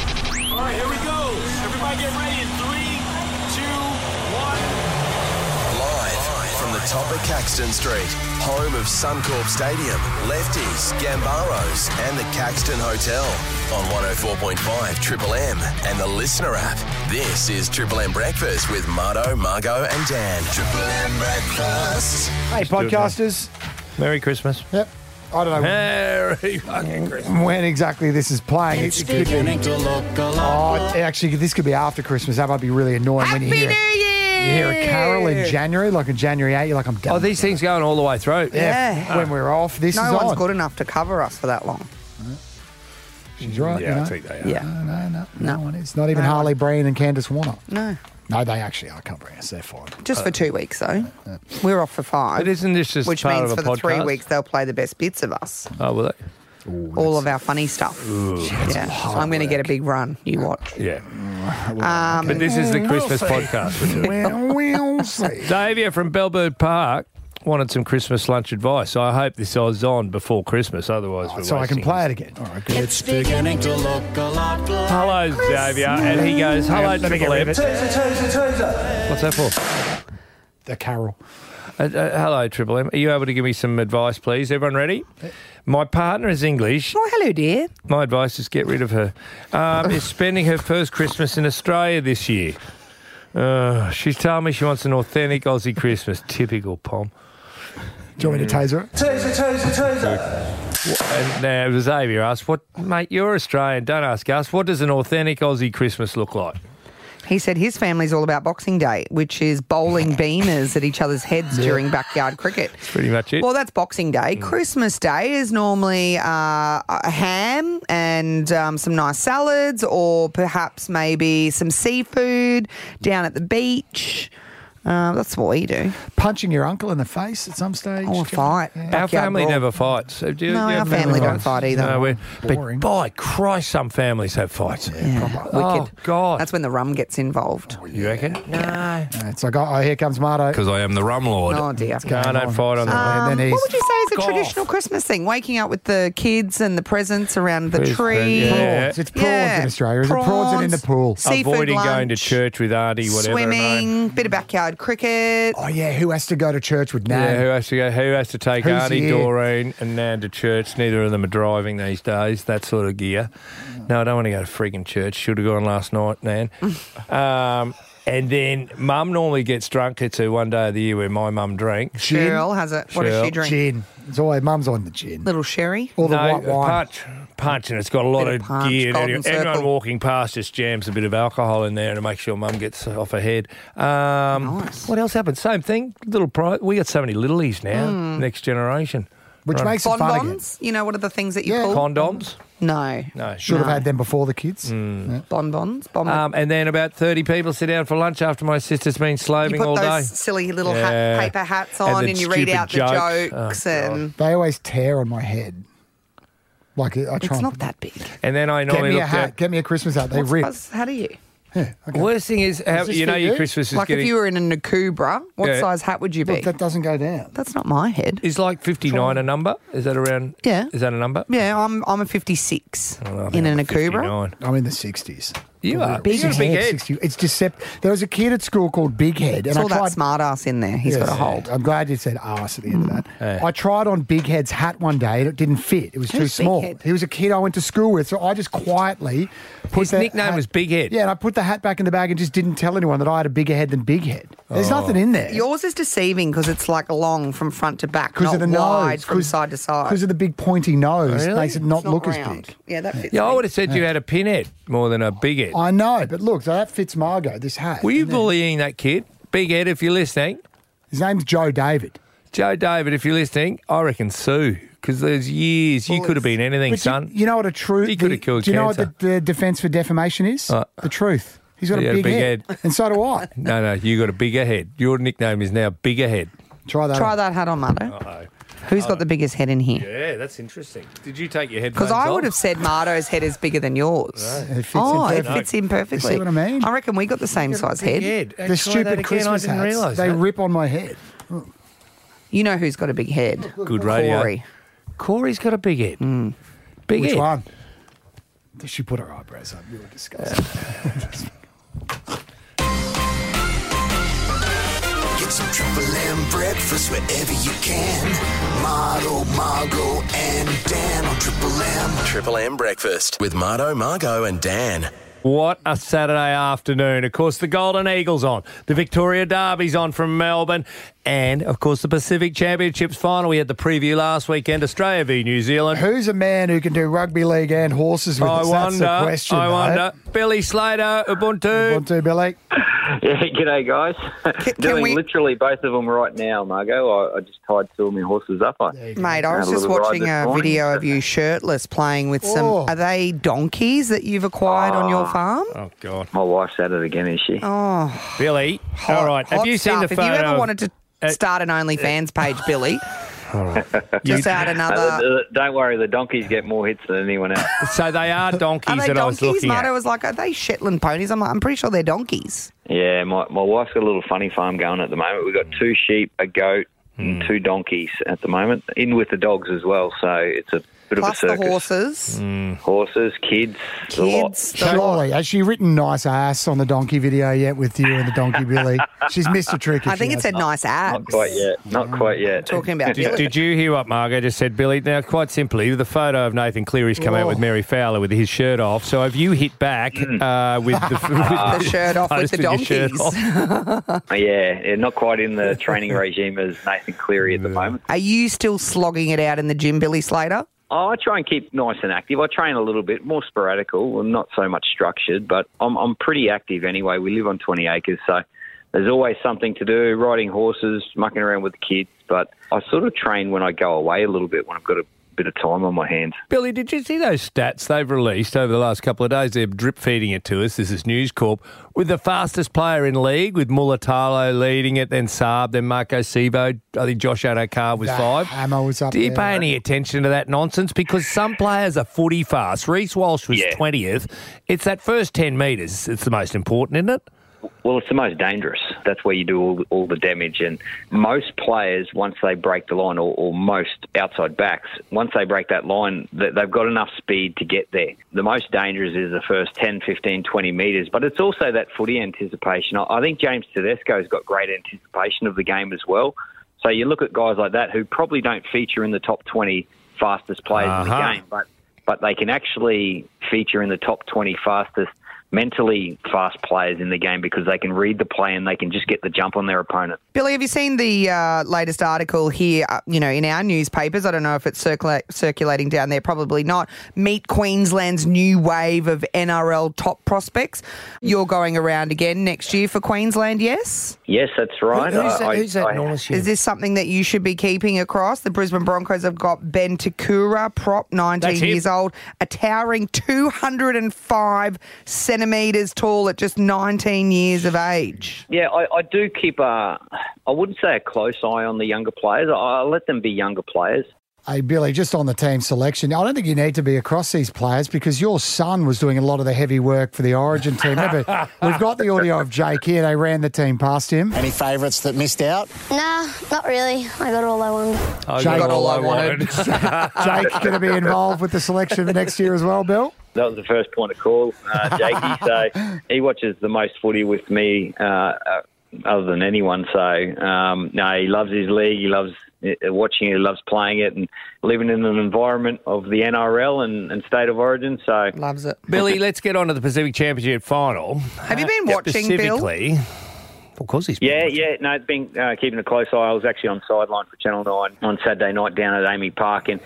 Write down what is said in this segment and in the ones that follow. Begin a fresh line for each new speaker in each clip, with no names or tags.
right, here we go. Everybody get ready in three, two, one.
Live from the top of Caxton Street, home of Suncorp Stadium, Lefties, Gambaros, and the Caxton Hotel. On 104.5 Triple M and the Listener app. This is Triple M Breakfast with Marto, Margot, and Dan. Triple M Breakfast.
Hey, podcasters.
Merry Christmas.
Yep. I don't know
Merry fucking Christmas.
when exactly this is playing. It, it could be. Oh, it- actually, this could be after Christmas. That might be really annoying when you hear it. You hear a carol in January, like in January 8, you're like, I'm done.
Oh, these things going all the way through.
yeah.
Yeah.
When we're off, this is
No one's
on.
good enough to cover us for that long.
She's right.
Oh, Yeah,
you know?
I think they are.
Yeah.
No, no, no, no.
No.
one is. Not even
No
Harley Breen and Candace Warner.
No.
No, they actually are companies. They're fine.
Just
Uh,
for two weeks, though. We're off for five.
But isn't this just
Which
part
means
of a
for the three
podcast?
weeks, they'll play the best bits of us,
Oh, will they?
all of our funny stuff. yeah. So I'm going to get a big run. You watch. Um,
Yeah. but this is the Christmas podcast. we're doing.
Well, we'll see.
Xavier from Bellbird Park wanted some Christmas lunch advice. I hope this is on before Christmas, otherwise we're
so I can
wasting
play
his-
it again. All right, good.
It's beginning to look a lot like
Hello, Xavier. And he goes,
Hang on,
hello,
let me get
Triple
rid
M.
of it.
What's that for?
The carol.
Uh, uh, hello, Triple M. Are you able to give me some advice, please? Everyone ready? My partner is English.
Oh, hello, dear.
My advice is get rid of her. Um, is spending her first Christmas in Australia this year. Uh, she's telling me she wants an authentic Aussie Christmas. Typical pom.
Do you want me to taser it?
And now Xavier asked, "What, mate? You're Australian. Don't ask us. What does an authentic Aussie Christmas look like?"
He said his family's all about Boxing Day, which is bowling beamers at each other's heads during backyard cricket.
Pretty much it.
Well, that's Boxing
Mm.
Day. Christmas Day is normally uh, a ham and um, some nice salads, or perhaps maybe some seafood down at the beach. Uh, that's what we do.
punching your uncle in the face at some stage.
Or a fight.
our
Backyard
family
brawl.
never fights. Do you-
No,
do you
our
have
family don't
fights?
fight either.
No, we're-
Boring.
but by Christ, some families have fights.
Yeah,
Oh,
wicked.
God.
That's when the rum gets involved.
You reckon? No,
Yeah, It's like, oh, oh, here comes Marto.
because I am the rum lord.
Oh dear. Um,
No, I don't fight on the land.
And then
What
he's
would you say is a
Fuck off.
traditional Christmas thing? Waking up with the kids and the presents around the
Presents,
tree.
yeah.
prawns. It's prawns
Yeah.
in Australia. Is it prawns and in the pool?
Prawns. Seafood
Avoiding going to
lunch,
church with Auntie, whatever. her name.
Swimming, bit of backyard cricket.
Oh yeah, who has to go to church with Nan?
Yeah, who has to go? Who has to take
Who's
Auntie
here?
Doreen and Nan to church? Neither of them are driving these days. That sort of gear. No, I don't want to go to freaking church. Should have gone last night, Nan. um, and then Mum normally gets drunk. It's her one day of the year where my mum drinks.
Gin?
Cheryl has it. What does she
Cheryl.
drink?
Gin. It's always mum's on the gin.
Little sherry.
Or the
no,
white wine.
punch, punch, and it's got a lot
Bit of
of,
punch,
gear. in it.
golden
Everyone
circle.
walking past just jams a bit of alcohol in there to make sure Mum gets off her head. Um,
Nice.
What else happened? Same thing. Little pri- We got so many littlies now.
Hmm.
Next generation.
Which makes it fun again.
Bonbons. You know, what are the things that you
Yeah.
pull?
Condoms.
no.
No.
Should have
No.
had them before the kids.
Hmm.
Bonbons. Bonbons.
Um, and then about 30 people sit down for lunch after my sister's been
you
slaving
put
all
those
day.
silly little
Yeah.
hat, paper hats
And
on and,
the
you read
stupid
out the
jokes.
jokes
Oh,
and
They always tear on my head. Like I try.
it's
and-
not that big.
And then I
Get
normally
me a
looked
hat.
at.
Get me a Christmas hat. They
What's-
rip.
what's- how do you?
Worst thing is, how,
this
you know,
for
your
you?
Christmas is
like
getting.
if you were in a Nakubra, what
Yeah.
size hat would you be?
Look, that doesn't go down.
That's not my head.
is like 59 a number? Is that around?
Yeah.
Is that a number?
yeah, I'm I'm a 56
Oh, I think
in
I'm
a
a
Nakubra.
59.
I'm in the 60s.
You are.
Big
you got a big
head,
head.
60 It's deceptive. There was a kid at school called Big Head,
It's
and I
all that
tried.
smart ass in there. He's
Yes.
got a hold.
I'm glad you said ass at the end of that.
Mm.
I tried on Big Head's hat one day and it didn't fit. It was too
Who's Big
small.
Head?
He was a kid I went to school with, so I just quietly put
His
the
nickname
hat-
was Big Head.
Yeah, and I put the hat back in the bag and just didn't tell anyone that I had a bigger head than Big Head. There's
Oh.
nothing in there.
Yours is deceiving because it's like long from front to back,
because
not
of the
wide
nose,
from side to side.
Because of the big pointy nose,
Really?
makes it not,
It's not
look as
round.
big.
Yeah, that fits.
Yeah, I
me.
would have said you had a pinhead more than a big head.
I know, but look, so that fits Margot. This hat.
Were you bullying that kid? Big head, if you're listening.
His name's Joe David.
Joe David, if you're listening, I reckon sue. Because there's years you could have been anything,
But you-
son.
You, know what a truth?
He could have killed
Do you know
cancer.
what the, the defense for defamation is? the truth. He's got
He
a
had a
big,
big
head.
head.
and so do I.
No, no, you got a bigger head. Your nickname is now Bigger Head.
Try that.
Try
on.
that hat on,
Oh,
Marto. Who's
Uh,
got the biggest head in here?
Yeah, that's interesting. Did you take your head?
Because I would have said Marto's head is bigger than yours.
It fits in
oh, it
perfect.
fits in perfectly.
what I mean?
I reckon we got the same size head.
The stupid Christmas
I didn't
hats.
realise
They
that.
rip on my head.
You know who's got a big head?
Good radio.
Corey. Mm.
Corey's got a big head. Big
Which
head.
one? She put her eyebrows up. You were disgusting.
Get some Triple M breakfast wherever you can. Mardo, Margo, and Dan on Triple M. Triple M breakfast with Mardo, Margo, and Dan.
What a Saturday afternoon. Of course, the Golden Eagles on, the Victoria Derby's on from Melbourne, and of course, the Pacific Championships final. We had the preview last weekend, Australia v New Zealand.
Who's a man who can do rugby league and horses with
I
us? That's
wonder.
the question.
I
mate.
wonder. Billy Slater, Ubuntu.
Want to, Billy?
Yeah, g'day guys. Doing
we-
literally both of them right now, Margot. I, I just tied two of my horses up. I,
Mate, I was
Had
just
a little ride
watching
this
a
morning.
video of you shirtless playing with some.
Oh.
Are they donkeys that you've acquired on your farm? Oh.
Oh God,
Ah. my wife's at it again, is she?
Billy!
Hot-
all right,
hot
have you seen
stuff.
the photo?
If you ever
of-
wanted to
uh,
start an OnlyFans page, Billy, just add
Uh,
another.
the- the- don't worry, the donkeys get more hits than anyone else.
so they are donkeys
Are they
that I was
donkeys?
looking
Marta
at.
was like, "Are they Shetland ponies?" I'm like, "I'm pretty sure they're donkeys."
yeah, my, my wife's got a little funny farm going at the moment. We've got two sheep, a goat, and
Hmm.
two donkeys at the moment, in with the dogs as well. So it's a bit
Plus
of
the
a circus.
horses,
Hmm.
Horses, kids, the lot.
kids. the lot.
Surely. Has she written nice ass on the donkey video yet with you and the donkey Billy? She's missed a trick. if
I think
she
it said
hasn't.
nice abs.
Not quite yet. Not quite yet.
Talking about
Did,
Billy.
did you hear what Margot just said, Billy? Now, quite simply, the photo of Nathan Cleary's come
Oh.
out with Mary Fowler with his shirt off. So have you hit back uh, with the,
Mm. the shirt off with the donkeys.
Yeah, yeah, not quite in the training regime as Nathan Cleary at the moment.
Are you still slogging it out in the gym, Billy Slater?
Oh, I try and keep nice and active. I train a little bit more sporadical, and not so much structured, but I'm I'm pretty active anyway. We live on 20 acres, so there's always something to do: riding horses, mucking around with the kids. But I sort of train when I go away a little bit when I've got a bit of time on my hands.
Billy, did you see those stats they've released over the last couple of days? They're drip feeding it to us. This is News Corp with the fastest player in league, with Mulatalo leading it, then Saab, then Marco Sivo. I think Josh Adokar was
The
five.
hammer was up
Do you
there.
pay any attention to that nonsense? Because some players are footy fast. Reese Walsh was
Yeah.
twentieth. It's that first ten metres. It's the most important, isn't it?
Well, it's the most dangerous. That's where you do all, all the damage. And most players, once they break the line, or, or most outside backs, once they break that line, th- they've got enough speed to get there. The most dangerous is the first 10, 15, 20 metres, but it's also that footy anticipation. I, I think James Tedesco's got great anticipation of the game as well. So you look at guys like that who probably don't feature in the top 20 fastest players in
Uh-huh.
the game, but but they can actually feature in the top 20 fastest mentally fast players in the game because they can read the play and they can just get the jump on their opponent.
Billy, have you seen the uh, latest article here? Uh, you know, in our newspapers. I don't know if it's circula- circulating down there. Probably not. Meet Queensland's new wave of NRL top prospects. You're going around again next year for Queensland. Yes,
Yes, that's right. Uh,
who's that,
I-
who's that
I-
enormous
is this something that you should be keeping across? The Brisbane Broncos have got Ben Takura, prop, 19
That's him.
years old, a towering 205 centimeters tall at just 19 years of age.
Yeah, I, I do keep a, I wouldn't say a close eye on the younger players. I, I let them be younger players.
Hey, Billy, just on the team selection, I don't think you need to be across these players because your son was doing a lot of the heavy work for the Origin team. Remember, we've got the audio of Jake here. They ran the team past him.
Any favourites that missed out?
Nah, not really. I got all I wanted.
I
Jake- Oh, got all I Jake's going to be involved with the selection next year as well, Bill.
That was the first point of call, uh, Jakey. so he watches the most footy with me, uh, uh, other than anyone. So um, no, he loves his league. He loves uh, watching it. He loves playing it and living in an environment of the NRL and, and state of origin. So
Loves it.
Billy, let's get on to the Pacific Championship final. Uh,
Have you been watching, Bill?
Specifically, of course he's been
yeah,
watching.
yeah. No, it's been uh, keeping a close eye. I was actually on sideline for Channel Nine on Saturday night down at Amy Park and.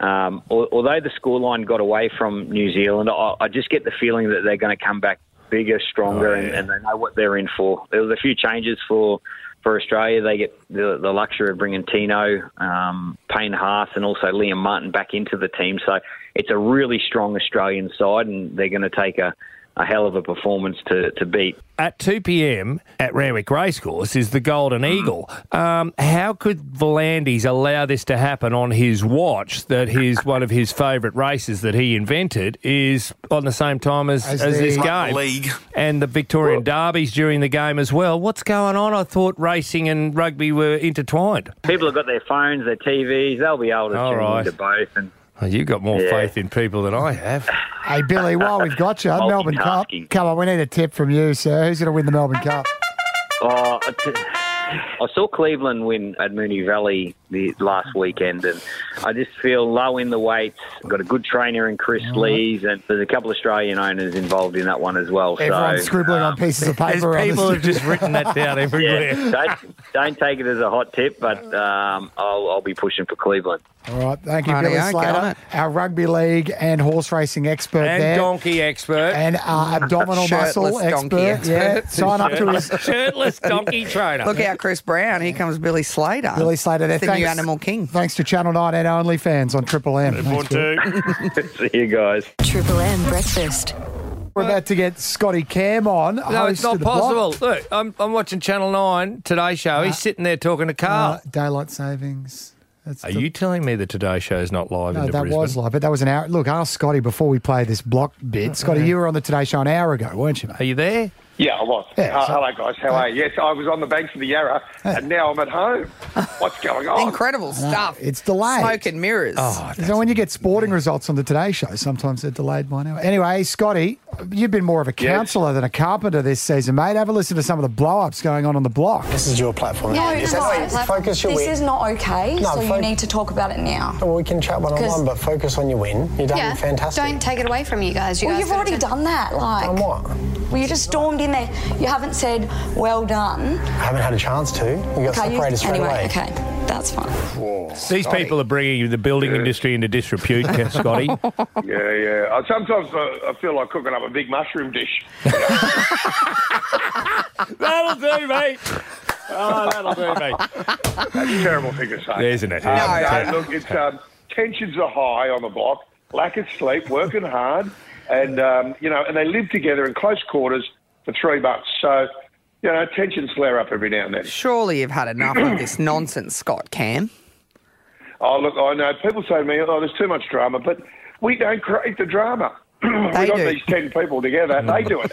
Um, al- although the scoreline got away from New Zealand, I, I just get the feeling that they're going to come back bigger, stronger,
Oh, yeah.
and, and they know what they're in for. There was a few changes for for Australia. They get the, the luxury of bringing Tino, um, Payne Haas, and also Liam Martin back into the team. So it's a really strong Australian side, and they're going to take a, a hell of a performance to, to beat.
At 2 p.m. at Ranwick Racecourse is the Golden Eagle. Um, how could Volandis allow this to happen on his watch that his one of his favourite races that he invented is on the same time as, as,
As
this
the-
game?
League.
And the Victorian derbies during the game as well. What's going on? I thought racing and rugby were intertwined.
People have got their phones, their TVs. They'll be able to
All
tune
right.
into both, and
Well, you've got more
Yeah.
faith in people than I have.
Hey, Billy, while we've got you, Melbourne Cup.
Multitasking.
Come on, we need a tip from you, sir. Who's going to win the Melbourne Cup?
Oh, I t- I saw Cleveland win at Mooney Valley the last weekend, and I just feel low in the weights. Got a good trainer in Chris Lees, and there's a couple of Australian owners involved in that one as well.
Everyone's
so,
scribbling on pieces of
There's
paper. on
people
this.
have just written that down everywhere.
yeah, don't, don't take it as a hot tip, but um, I'll, I'll be pushing for Cleveland.
All right, thank you,
Righty,
Billy
okay, on
Slater,
it.
our rugby league and horse racing expert
And
there.
donkey expert.
and uh, abdominal
Shirtless
muscle
donkey
expert. Yeah,
expert.
sign up to his
Shirtless donkey trainer.
Look out, Chris Brown. Here comes Billy Slater.
Billy Slater there.
That's the
Thanks.
new animal king.
Thanks to Channel 9 and OnlyFans on Triple M. Thanks,
One,
Bill.
two.
See you guys.
Triple M breakfast.
We're about to get Scotty Cam on.
No, it's
host of
not
the Block.
possible. Look, I'm, I'm watching Channel 9 Today Show. He's sitting there talking to Carl.
Uh, daylight savings. That's
Are
the-
you telling me the Today Show is not live
No,
in
that
Brisbane? Oh,
was live, but that was an hour. Look, ask Scotty before we play this block bit. Scotty, you were on the Today Show an hour ago, weren't you, mate?
Are you there?
Yeah, I was.
Yeah,
Uh,
so-
hello, guys. How are you? Yes, I was on the banks of the Yarra, and now I'm at home. What's going on?
Incredible stuff.
it's delayed.
Smoke and mirrors.
So when you get sporting results on the Today Show, sometimes they're delayed by an hour. Anyway, Scotty, you've been more of a
Yes.
counsellor than a carpenter this season, mate. Have a listen to some of the blow-ups going on on the block.
This is your platform.
No,
This
it's not.
is- Focus your
this
win.
is not okay,
No,
so you
folk-
need to talk about it now.
Well, we can chat one on one, but focus on your win. You're done
Yeah.
fantastic.
Don't take it away from you guys. You
Well,
guys
you've
gotta
already
turn-
done that. Like,
Done what?
well, you just stormed in there. You haven't said, well done.
I haven't had a chance to. You got
Okay, you-
separated straight
anyway,
away.
okay, that's fine.
These people are bringing the building industry into disrepute, uh, Scotty.
Yeah, yeah. I, sometimes uh, I, I feel like cooking up a big mushroom dish.
That'll do, mate. Oh, that'll do, mate.
That's a terrible thing to say.
Isn't it?
Um,
No.
no, look, it's um, tensions are high on the block. Lack of sleep, working hard, and um, you know, and they live together in close quarters for three months. So, you know, tensions flare up every now and then.
Surely you've had enough of this nonsense, Scott Cam.
Oh, look, I know. People say to me, oh, there's too much drama, but we don't create the drama.
They
We've got
do.
these 10 people together. They do it.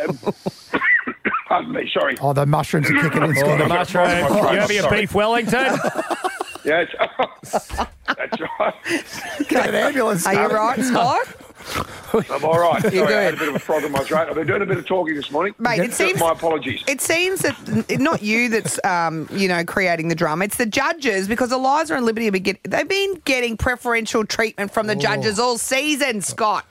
Pardon me, sorry.
Oh, the mushrooms are kicking in,
Oh,
Scotty.
the mushroom.
Oh,
you have your
sorry.
beef Wellington?
Yes. That's right.
Get an ambulance.
Are you
Scotty.
right, Scott?
I'm all right. Sorry,
You're
I
good.
had a bit of a frog in my throat. I've been doing a bit of talking this morning.
Mate, it seems-
My apologies.
It seems that n- not you that's um, you know creating the drama. It's the judges because Eliza and Liberty have been get, they've been getting preferential treatment from the
Oh.
judges all season. Scott,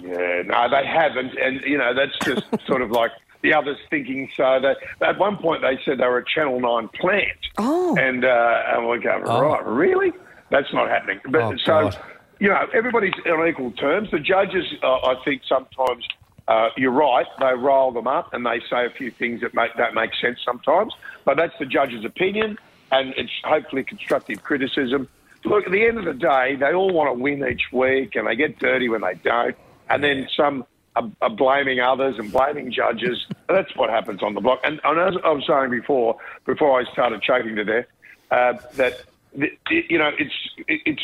Yeah, no, they haven't, and you know that's just sort of like the others thinking. So that at one point they said they were a Channel Nine plant.
Oh.
and uh, and we're going right, really? That's not happening. But
Oh,
so
God.
you know, everybody's on equal terms. The judges, uh, I think, sometimes. Uh, you're right. They roll them up and they say a few things that make, don't make sense sometimes, but that's the judge's opinion, and it's hopefully constructive criticism. Look, at the end of the day, they all want to win each week, and they get dirty when they don't and then some are, are blaming others and blaming judges. That's what happens on the block. And, and as I was saying before, before I started choking to death, uh, that the, you know it's it's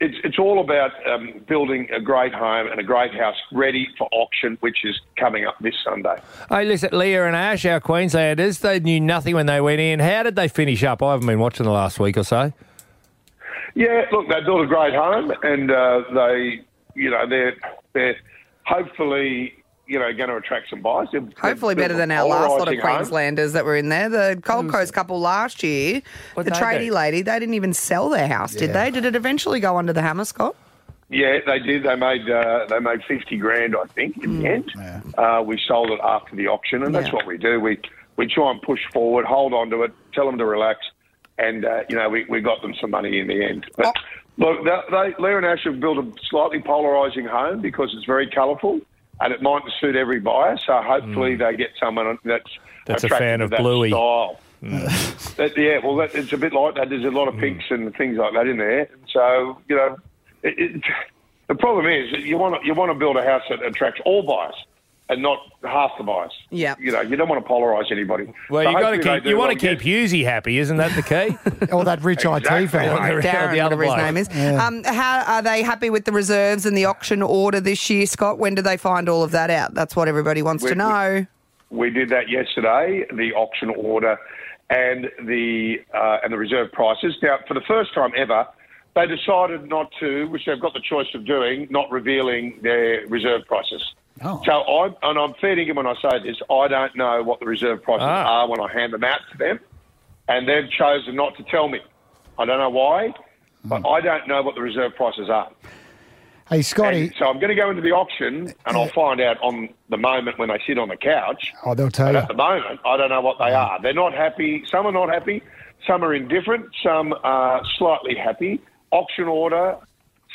it's it's all about um, building a great home and a great house ready for auction, which is coming up this Sunday.
Hey, listen, Leah and Ash, our Queenslanders, they knew nothing when they went in. How did they finish up? I haven't been watching the last week or so.
Yeah, look, they built a great home, and uh, they, you know, they're they're hopefully, you know, going to attract some buyers. They've- they've
hopefully
built
better
a
than our last lot of
polarising home.
Queenslanders that were in there. The Gold Coast couple last year,
Mm. What'd
the
they
tradie
do?
lady, they didn't even sell their house, did they? Did it eventually go under the hammer, Scott?
Yeah, they did. They made uh, they made fifty grand, I think, in the end.
Mm.
Uh, we sold it after the auction, and that's
Yeah.
what we do. We we try and push forward, hold on to it, tell them to relax, and uh, you know we, we got them some money in the end. But look, they, they, Leah and Ash have built a slightly polarising home because it's very colourful, and it mightn't suit every buyer. So hopefully they get someone that's
Mm. That's a
attracted
fan
to
of
that
Bluey. Mm.
Style. That- yeah, well, that, it's a bit like that. There's a lot of pinks and things like that in there. So you know, it, it, the problem is that you want to, you want to build a house that attracts all buyers and not half the buyers.
Yeah.
you know, you don't want to polarise anybody.
Well,
So
you got to
hopefully they
keep
do
you want to
well.
keep Husey happy, isn't that the key?
Or that rich
Exactly.
IT fella.
Right.
Darren,
the other
whatever his
bloke.
name is. Um, how are they happy with the reserves and the auction order this year, Scott? When do they find all of that out? That's what everybody wants to
When-
know.
We did that yesterday, the auction order and the uh, and the reserve prices. Now, for the first time ever, they decided not to, which they've got the choice of doing, not revealing their reserve prices. So I and I'm fair dinkum when I say this. I don't know what the reserve prices
Ah.
are when I hand them out to them, and they've chosen not to tell me. I don't know why, but I don't know what the reserve prices are.
Hey, Scotty.
And so I'm going to go into the auction, and I'll find out on the moment when they sit on the couch.
Oh, they'll tell
But
you.
at the moment, I don't know what they are. They're not happy. Some are not happy. Some are indifferent. Some are slightly happy. Auction order.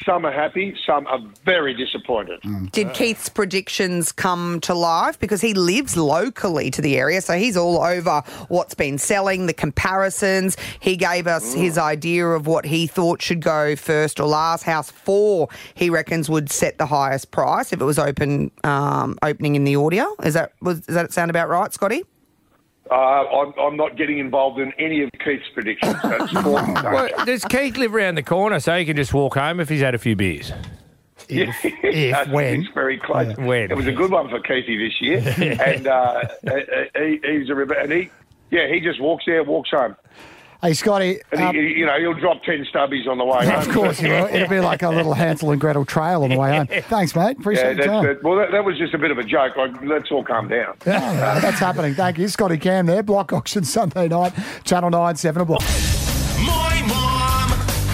Some are happy. Some are very disappointed. Uh,
Uh,
Did Keith's predictions come to life? Because he lives locally to the area, so he's all over what's been selling, the comparisons. He gave us
Mm.
his idea of what he thought should go first or last. House four, he reckons, would set the highest price if it was open um, opening in the audio. Is that was does that sound about right, Scotty?
Uh, I'm, I'm not getting involved in any of Keith's predictions. That's Gordon's.
Well, does Keith live round the corner so he can just walk home if he's had a few beers?
If,
when.
It's very close.
When.
It was a good one for Keithy this year, and uh, he, he's a rebe- and he, yeah, he just walks there, walks home,
Hey, Scotty.
and
um,
he, you know he'll drop ten stubbies on the way home.
of course, you will. it'll be like a little Hansel and Gretel trail on the way home. Thanks, mate.
Yeah,
Appreciate
that's,
your time.
that, well, that, that was just a bit of a joke. Like, let's all calm down.
Yeah, that's happening. Thank you, Scotty Cam. There, block auction Sunday night, Channel Nine, seven o'clock.
My mom,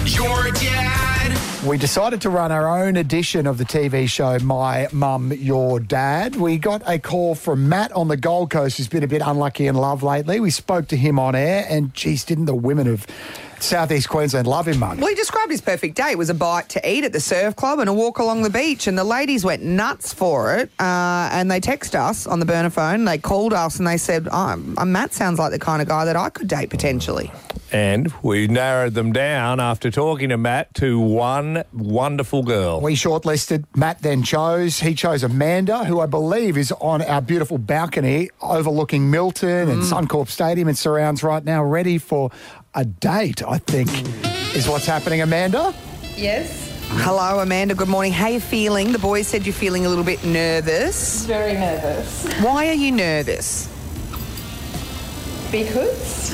your dad.
We decided to run our own edition of the TV show My Mum, Your Dad. We got a call from Matt on the Gold Coast, who's been a bit unlucky in love lately. We spoke to him on air, and geez, didn't the women of Southeast Queensland love him, mate?
Well, he described his perfect day. It was a bite to eat at the surf club and a walk along the beach, and the ladies went nuts for it. Uh, and they text us on the burner phone. They called us and they said, oh, uh, "Matt sounds like the kind of guy that I could date potentially."
And we narrowed them down after talking to Matt to one wonderful girl.
We shortlisted. Matt then chose. He chose Amanda, who I believe is on our beautiful balcony overlooking Milton and Suncorp Stadium and surrounds right now, ready for a date, I think, is what's happening. Amanda?
Yes.
Hello, Amanda. Good morning. How you feeling? The boys said you're feeling a little bit nervous.
Very nervous.
Why are you nervous?
Because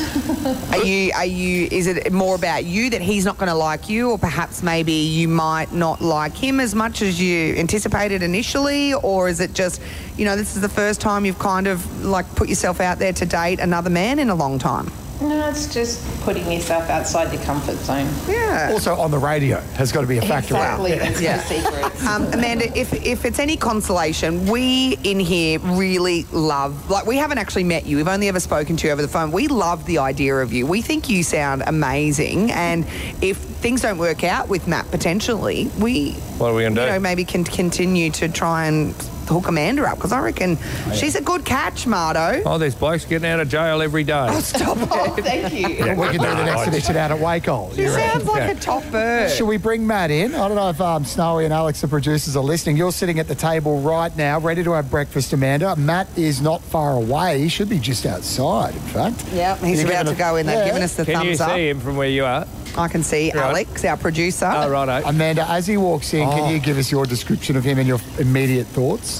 Are you? Are you? Is it more about you that he's not going to like you, or perhaps maybe you might not like him as much as you anticipated initially, or is it just, you know, this is the first time you've kind of like put yourself out there to date another man in a long time?
no, it's just putting yourself outside your comfort zone.
Yeah.
Also on the radio has got to be a factor.
Exactly. There's no
Yeah.
secret.
Um, Amanda, if, if it's any consolation, we in here really love, like, we haven't actually met you. We've only ever spoken to you over the phone. We love the idea of you. We think you sound amazing. And if things don't work out with Matt potentially, we,
What are we going
you
to do?
know, maybe can continue to try and hook Amanda up because I reckon she's a good catch, Mardo.
Oh, there's blokes getting out of jail every day.
Stop it.
Oh, thank you.
We can do the
I-
next edition out at Waco.
She sounds like a top bird.
Should we bring Matt in? I don't know if um, Snowy and Alex, the producers, are listening. You're sitting at the table right now, ready to have breakfast, Amanda. Matt is not far away. He should be just outside, in fact.
Yeah, he's
You're
about
giving
to
a-
go in. They've
Yeah.
given us the
Can you
thumbs up.
see him from where you are?
I can see
Right.
Alex, our producer.
Oh, righto.
Amanda, as he walks in, can you give us your description of him and your immediate thoughts?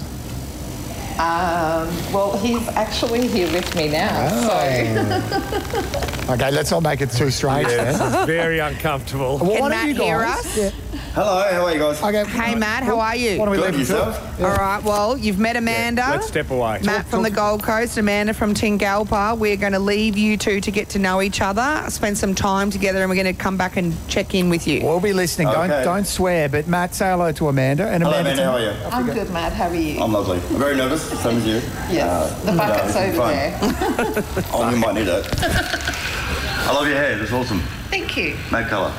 Um, well, he's actually here with me now. So
Oh. Okay, let's not make it too strange. then.
Yes, very uncomfortable.
Can
Well, why don't
Matt
you guys-
hear us?
Yeah.
Hello, how are you guys?
Okay.
Hey, Matt, how are you?
Why don't we
Good,
leave it to
yourself?
him?
All right. Well, you've met Amanda.
Let's step away.
Matt from the Gold Coast, Amanda from Tingalpa. We're going to leave you two to get to know each other, spend some time together, and we're going to come back and check in with you.
We'll be listening. Don't
Okay.
don't swear, but Matt, say hello to Amanda. And
Hello,
Amanda,
Amanda, how are you?
I'm good, Matt. How are you?
I'm lovely. I'm very nervous, same as you. Uh,
yes. the
no,
bucket's
it's
over
fine.
there.
Oh, you might need it. I love your hair, it's awesome.
Thank you.
Mad colour.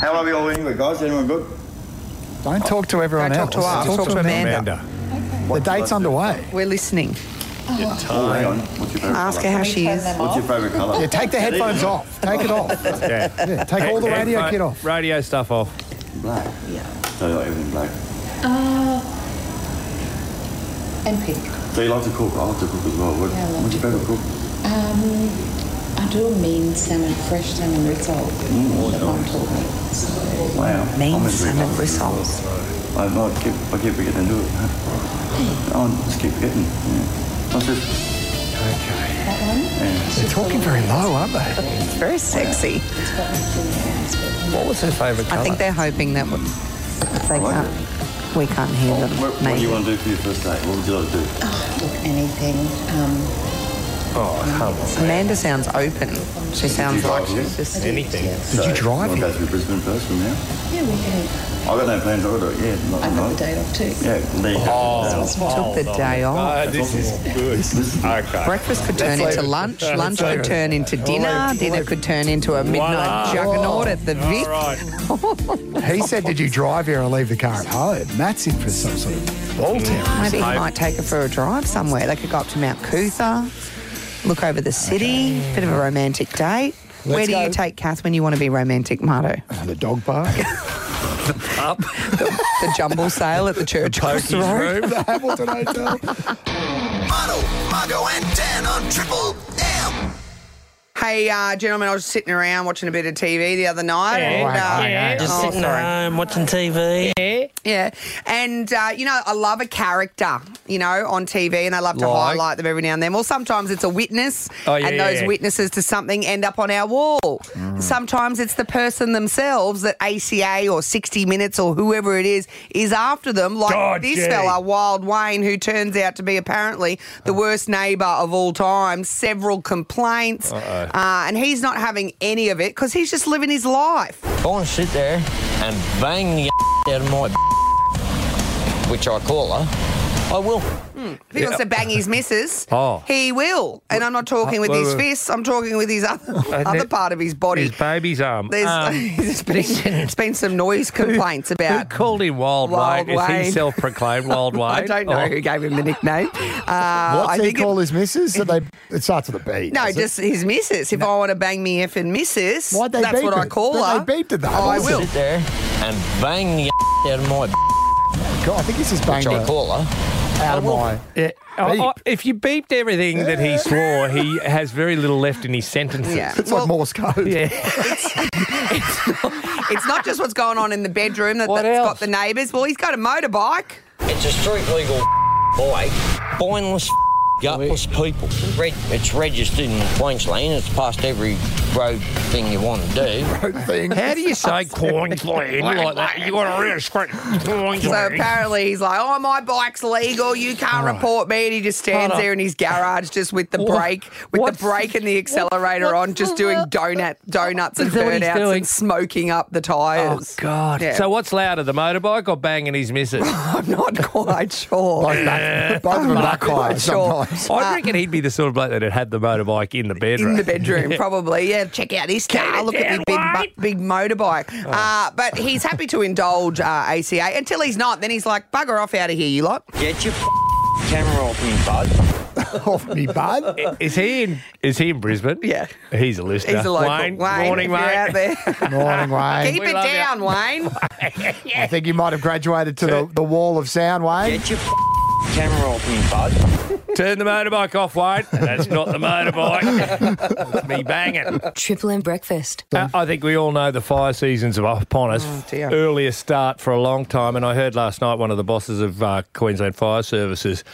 How are we all anyway, guys? Anyone good?
don't talk to everyone
Don't talk
else.
to us. Talk to Amanda.
The date's underway.
We're listening.
Oh, hang on. What's your favourite
Ask her
colour?
how she
Turn
is.
them
What's
off.
your favourite colour?
Yeah, take the headphones off. Take it off.
Yeah.
Yeah, take all the
Head-
radio
headphone-
kit off.
Radio stuff off.
Black. Yeah. So you like everything black.
Uh, And pink.
So you like to cook? I like to cook as well. What,
Yeah, I love
what's your favourite cook?
Um, I do a mean salmon, fresh salmon risotto.
Mm, oh,
that mum taught me. So,
Wow.
Mean
I'm into
salmon
it.
rissoles.
I, I, keep, I keep forgetting to do it. I just keep forgetting. Yeah. I just,
Okay.
That one?
They're talking very low, aren't they?
It's very sexy.
What was her favourite
I think they're hoping that w- they can't, we can't hear them.
What, what do you want to do for your first date? What would you like to do?
Oh.
Look, anything. Um,
Oh, come on.
Amanda sounds open. She sounds like she's just.
Anything.
Did you drive here? Go through Brisbane first from now.
yeah, we can.
I've got no plans. I've got to, yeah. Not,
I've got the date off too.
Yeah, there you go.
Oh,
Took the day off.
Uh, this is good. Okay.
Breakfast could turn
That's
into
like-
lunch,
that's
lunch could
like-
turn into dinner, dinner could turn into a midnight
Wow.
juggernaut at the Vic.
He said, Did you drive here or leave the car at home? Matt's in for some sort of ball terror.
Maybe he might take her for a drive somewhere. They could go up to Mount Cootha, look over the city, bit of a romantic date. Where
Let's
do you
go. Uh,
take Kath when you want to be romantic, Marto?
The dog park.
The jumble sale at the church across the road?
the Hamilton Hotel.
Muddle, Margo, and Dan on Triple M.
Hey, uh, gentlemen, I was just sitting around watching a bit of TV the other night. and, uh,
Just
oh,
sitting
sorry.
at home watching TV. Yeah.
Yeah. And, uh, you know, I love a character, you know, on TV, and I love to
Like?
highlight them every now and then. Well, sometimes it's a witness,
Oh, yeah,
and those
yeah. Mm.
witnesses to something end up on our wall. Sometimes it's the person themselves that ACA or 60 Minutes or whoever it is is after them, like
God,
this
gee.
fella, Wild Wayne, who turns out to be apparently the
Uh.
worst neighbour of all time. Several complaints, uh, and he's not having any of it because he's just living his life.
Go and sit there and bang the out of my which I call her. I will.
If he wants to bang his missus,
Oh.
he will. And I'm not talking with
Well,
his
uh,
fists, I'm talking with his other,
Uh,
other
that-
part of his body.
His baby's arm.
There's,
Um,
there's been, there's been some noise complaints
who
about.
called him Wild,
Wild
Wayne? Is he
Wayne.
self-proclaimed Wild Wayne?
I don't know
Oh.
who gave him the nickname. Uh, I
What's he
think it-
call his missus? That they, it starts with a B.
no,
does it?
just his missus. If I want to bang me effing missus,
Why'd they
that's
beep
what I
it?
call
But
her. Oh,
they beeped it though.
I
Go and
will.
Sit there and bang the out of my
God, I think this is banged
which I
out
call her.
of
Oh,
my.
Yeah, I-
Beep.
I- if you beeped everything that he swore, he has very little left in his sentences.
Yeah.
It's like Morse code.
Yeah.
It's not just what's going on in the bedroom that,
What
that's got
else?
the neighbours. Well, he's got a motorbike.
It's a street legal bike. Spineless, gutless people. Reg- it's registered in Queensland. It's past every road thing you want to do.
How do you say Queensland like that? You got a real screen.
So apparently he's like, oh, my bike's legal. You can't report me. And he just stands
Hold
there in his garage just with the brake, with
what's-
the brake and the accelerator on, just doing donut, donuts and
Is that what he's
burnouts
doing?
and smoking up the
Oh
tyres.
God!
Yeah.
So what's louder, the motorbike or banging his missus?
I'm not quite sure.
Like back, both of them back high
sure.
sometimes.
I reckon he'd be the sort of bloke that had had the motorbike in the bedroom.
in the bedroom, probably. Yeah, check out this car. Look at this big, bu- big motorbike.
Oh.
Uh, but he's happy to indulge uh, ACA until he's not. Then he's like, bugger off out of here, you lot.
Get your camera off me, bud.
Off me, bud.
Is he in? Is he in Brisbane?
Yeah.
He's a listener.
He's a local.
Wayne,
Wayne
morning,
if you're out
Wayne.
there.
Morning, Wayne.
Keep
We
it
love you.
down, Wayne.
I think you might have graduated to the, the wall of sound, Wayne.
Get your camera off me, bud.
Turn the motorbike off, Wayne. That's not the motorbike. That's me banging.
Triple M breakfast.
Uh, I think we all know the fire season's upon us.
Oh, dear.
Earlier start for a long time, and I heard last night one of the bosses of uh, Queensland Fire Services.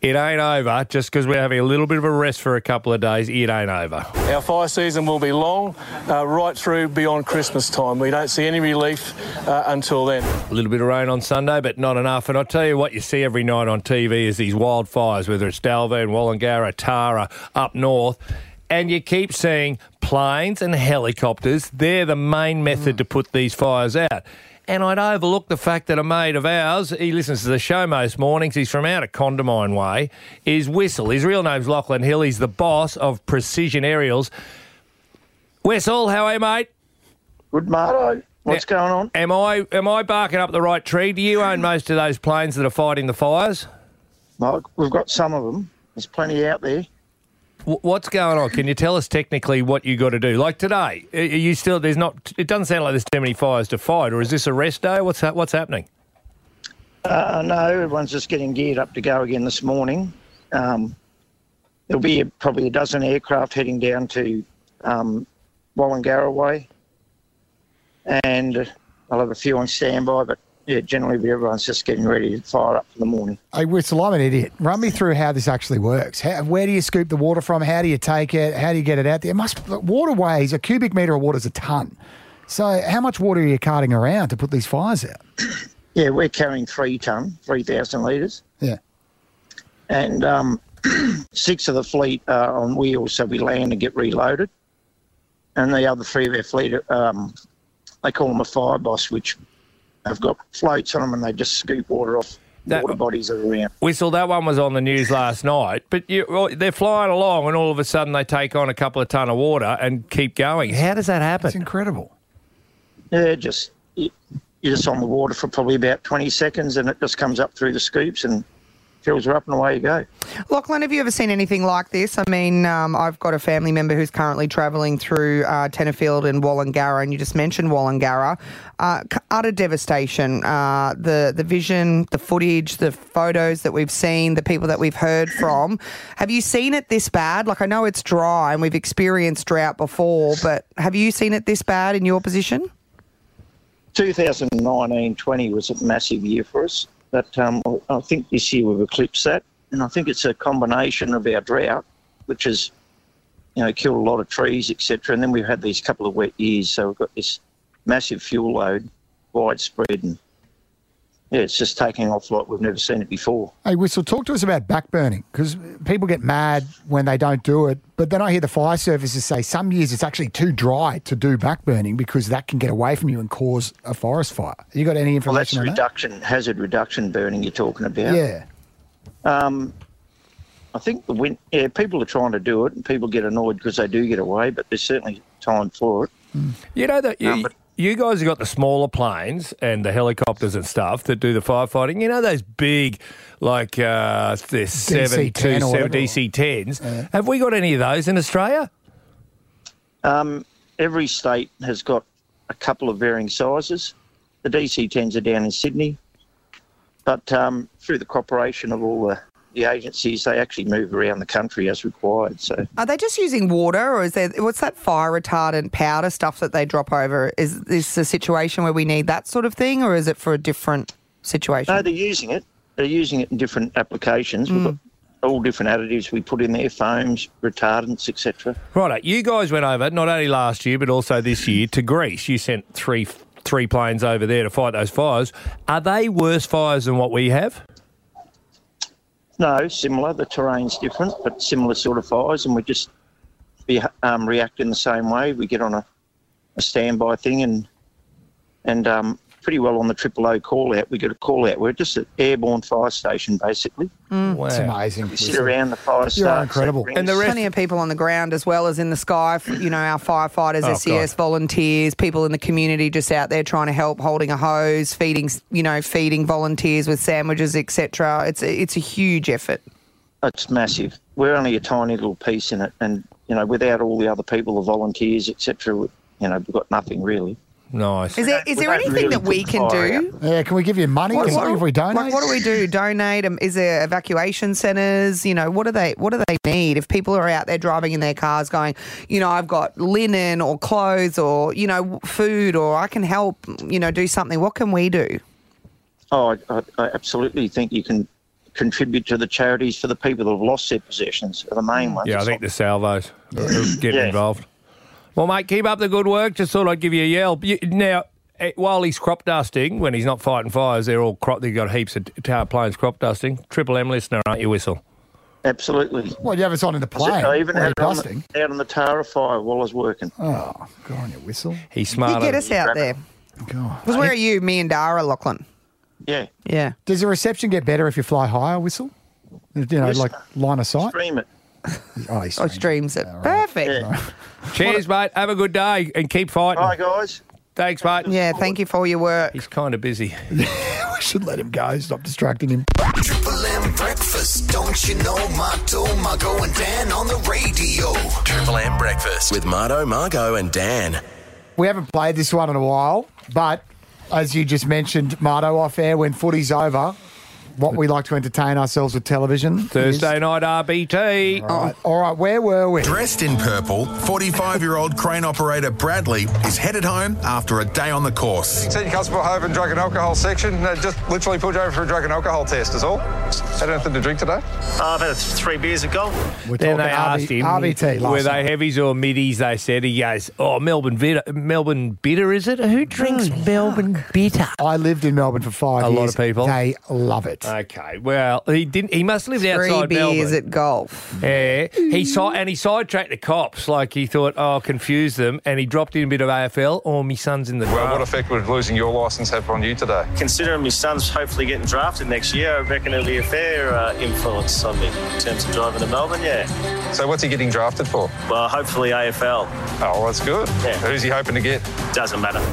It ain't over. Just because we're having a little bit of a rest for a couple of days, it ain't over.
Our fire season will be long, uh, right through beyond Christmas time. We don't see any relief uh, until then.
A little bit of rain on Sunday, but not enough. And I tell you what, you see every night on TV is these wildfires, whether it's Dalveen, Wallangarra, Tara, up north. And you keep seeing planes and helicopters. They're the main method to put these fires out. And I'd overlook the fact that a mate of ours, he listens to the show most mornings, he's from out of Condamine Way, is Whistle. His real name's Lachlan Hill, he's the boss of Precision Aerials. Whistle, how are you, mate?
Good Marto. What's
Now,
going on?
Am I am I barking up the right tree? Do you own most of those planes that are fighting the fires?
Like, we've got some of them. There's plenty out there.
W- what's going on? Can you tell us technically what you got to do? Like today, are are you still there's not? It doesn't sound like there's too many fires to fight, or is this a rest day? What's ha- what's happening?
Uh, no, everyone's just getting geared up to go again this morning. Um, there'll be probably a dozen aircraft heading down to um, Wallangarra Way, and I'll have a few on standby. But yeah, generally everyone's just getting ready to fire up for the morning.
Hey, Whistle, I'm an idiot. Run me through how this actually works. How, where do you scoop the water from? How do you take it? How do you get it out there? It must look, water weighs a cubic meter of water is a ton. So how much water are you carting around to put these fires out?
Yeah, we're carrying three ton, three thousand litres,
Yeah.
and um, six of the fleet are on wheels, so we land and get reloaded. And the other three of our fleet, are, um, they call them a fire boss, which have got floats on them, and they just scoop water off
That-
water bodies that are around.
Whistle, that one was on the news last night, but you, well, they're flying along and all of a sudden they take on a couple of ton of water and keep going. How does that happen? It's
incredible.
Yeah, just you- you're just on the water for probably about 20 seconds, and it just comes up through the scoops and fills her up, and away you go.
Lachlan, have you ever seen anything like this? I mean, um, I've got a family member who's currently travelling through uh, Tenerfield and Wallangarra, and you just mentioned Wallangarra. Uh, c- utter devastation. Uh, the the vision, the footage, the photos that we've seen, the people that we've heard from. Have you seen it this bad? Like I know it's dry and we've experienced drought before, but have you seen it this bad in your position?
2019-20 was a massive year for us, but um, I- I think this year we've eclipsed that, and I think it's a combination of our drought, which has you know killed a lot of trees, etc., and then we've had these couple of wet years, so we've got this massive fuel load widespread, and yeah, it's just taking off like we've never seen it before.
Hey, Whistle, talk to us about backburning because people get mad when they don't do it. But then I hear the fire services say some years it's actually too dry to do backburning because that can get away from you and cause a forest fire. You got any
Well, that's
information on that?
reduction, hazard reduction burning you're talking about.
Yeah.
Um, I think the win- yeah, people are trying to do it, and people get annoyed because they do get away, but there's certainly time for it.
Hmm.
You know that
Um,
you, you guys have got the smaller planes and the helicopters and stuff that do the firefighting. You know those big, like uh, they're seven
DC-10 or whatever.
DC tens. Have we got any of those in Australia?
Um, every state has got a couple of varying sizes. The DC 10s are down in Sydney, but um, through the cooperation of all the, the agencies, they actually move around the country as required. So
Are they just using water, or is there what's that fire retardant powder stuff that they drop over? Is this a situation where we need that sort of thing, or is it for a different situation?
No, they're using it. They're using it in different applications. We've got all different additives we put in there, foams, retardants, etc.
Right, you guys went over not only last year but also this year to Greece. You sent three three planes over there to fight those fires. Are they worse fires than what we have?
No, similar. The terrain's different, but similar sort of fires, and we just be, um, react in the same way. We get on a, a standby thing, and and um, pretty well on the triple O call out, we get a call out. We're just an airborne fire station, basically.
Wow. It's amazing.
We sit around the fire.
You
starts,
are incredible.
that
And
brings-
there's plenty of people on the ground as well as in the sky. f- You know, our firefighters,
Oh,
SES volunteers, people in the community just out there trying to help, holding a hose, feeding, s- you know, feeding volunteers with sandwiches, etc. It's a- it's a huge effort.
It's massive. We're only a tiny little piece in it, and you know, without all the other people, the volunteers, etc., we- you know, we've got nothing really.
Nice.
Is there is there anything that we can do?
Yeah, can we give you money or something if we donate?
Like, what do we do? Donate? Um, is there evacuation centres? You know, what do they what do they need? If people are out there driving in their cars, going, you know, I've got linen or clothes or you know food or I can help. You know, do something. What can we do?
Oh, I, I, I absolutely think you can contribute to the charities for the people that have lost their possessions are the main ones.
Yeah, I
It's
think the salvos are- are getting
Yeah.
involved. Well, mate, keep up the good work. Just thought I'd give you a yell. You- Now, eh, while he's crop dusting, when he's not fighting fires, they're all crop. They've got heaps of t- tower planes crop dusting. Triple M listener, aren't you, Whistle?
Absolutely.
Well, you have us on in the
not-
plane.
I even
while
had it
you're
on
dusting.
the, out on the Tara fire while I was working.
Oh, go on, you whistle.
He's
You get us out there. Because where are you? Me and Dara, Lachlan.
Yeah.
Yeah.
Does the reception get better if you fly higher, whistle? You know,
Yes.
like line of sight.
Stream it.
Oh, he
Oh, streams it. Perfect.
Cheers, mate. Have a good day and keep fighting.
Bye, guys.
Thanks, mate.
Yeah, thank you for your work.
He's kind of busy.
we should let him go. Stop distracting him.
Triple M breakfast, don't you know? Marto, Margo, and Dan on the radio. Triple M breakfast with Marto, Margo, and Dan.
We haven't played this one in a while, but as you just mentioned, Marto off air when footy's over, what we like to entertain ourselves with television.
Thursday night RBT.
All right. All right, where were we?
Dressed in purple, 45 year old crane operator Bradley is headed home after a day on the course.
Senior Constable Hoban drug and alcohol section. They just literally pulled you over for a drug and alcohol test, is all. Had anything to drink today?
Uh, I've had three beers ago.
We're talking
Then they asked
RB
him,
RBT. last
were
night.
they heavies or middies? They said he goes, oh, Melbourne bitter, Melbourne bitter, is it? Who drinks Melbourne bitter?
I lived in Melbourne for five
A
years.
lot of people.
They love it.
Okay, well, he didn't. He must live
Three
outside
beers
Melbourne.
at golf.
Yeah, he saw and he sidetracked the cops. Like he thought, oh, I'll confuse them, and he dropped in a bit of AFL. Or my son's in the
Well, what
draft.
effect would losing your licence have on you today?
Considering my son's hopefully getting drafted next year, I reckon it'll be a fair uh, influence on me in terms of driving to Melbourne, yeah.
So what's he getting drafted for?
Well, hopefully AFL.
Oh, that's good. Who's he hoping to get?
Doesn't matter.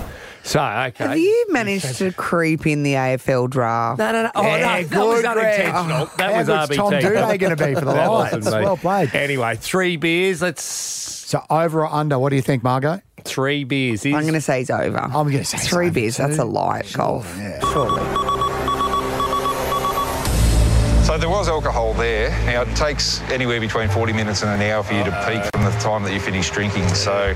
So okay.
Have you managed to creep in the AFL draft?
No, no, no. Oh,
Yeah,
no, that was
good, Greg.
unintentional.
Oh,
that was
how good's
RBT.
Tom Duday gonna be for the
That
Lions?
wasn't me.
Well played.
Anyway, three beers. Let's
So over or under? What do you think, Margot?
three beers. Is,
I'm going to say it's over.
I'm going to say
Three
so.
beers. That's a lie at golf.
Surely.
So there was alcohol there. Now it takes anywhere between 40 minutes and an hour for you to peak from the time that you finish drinking. So,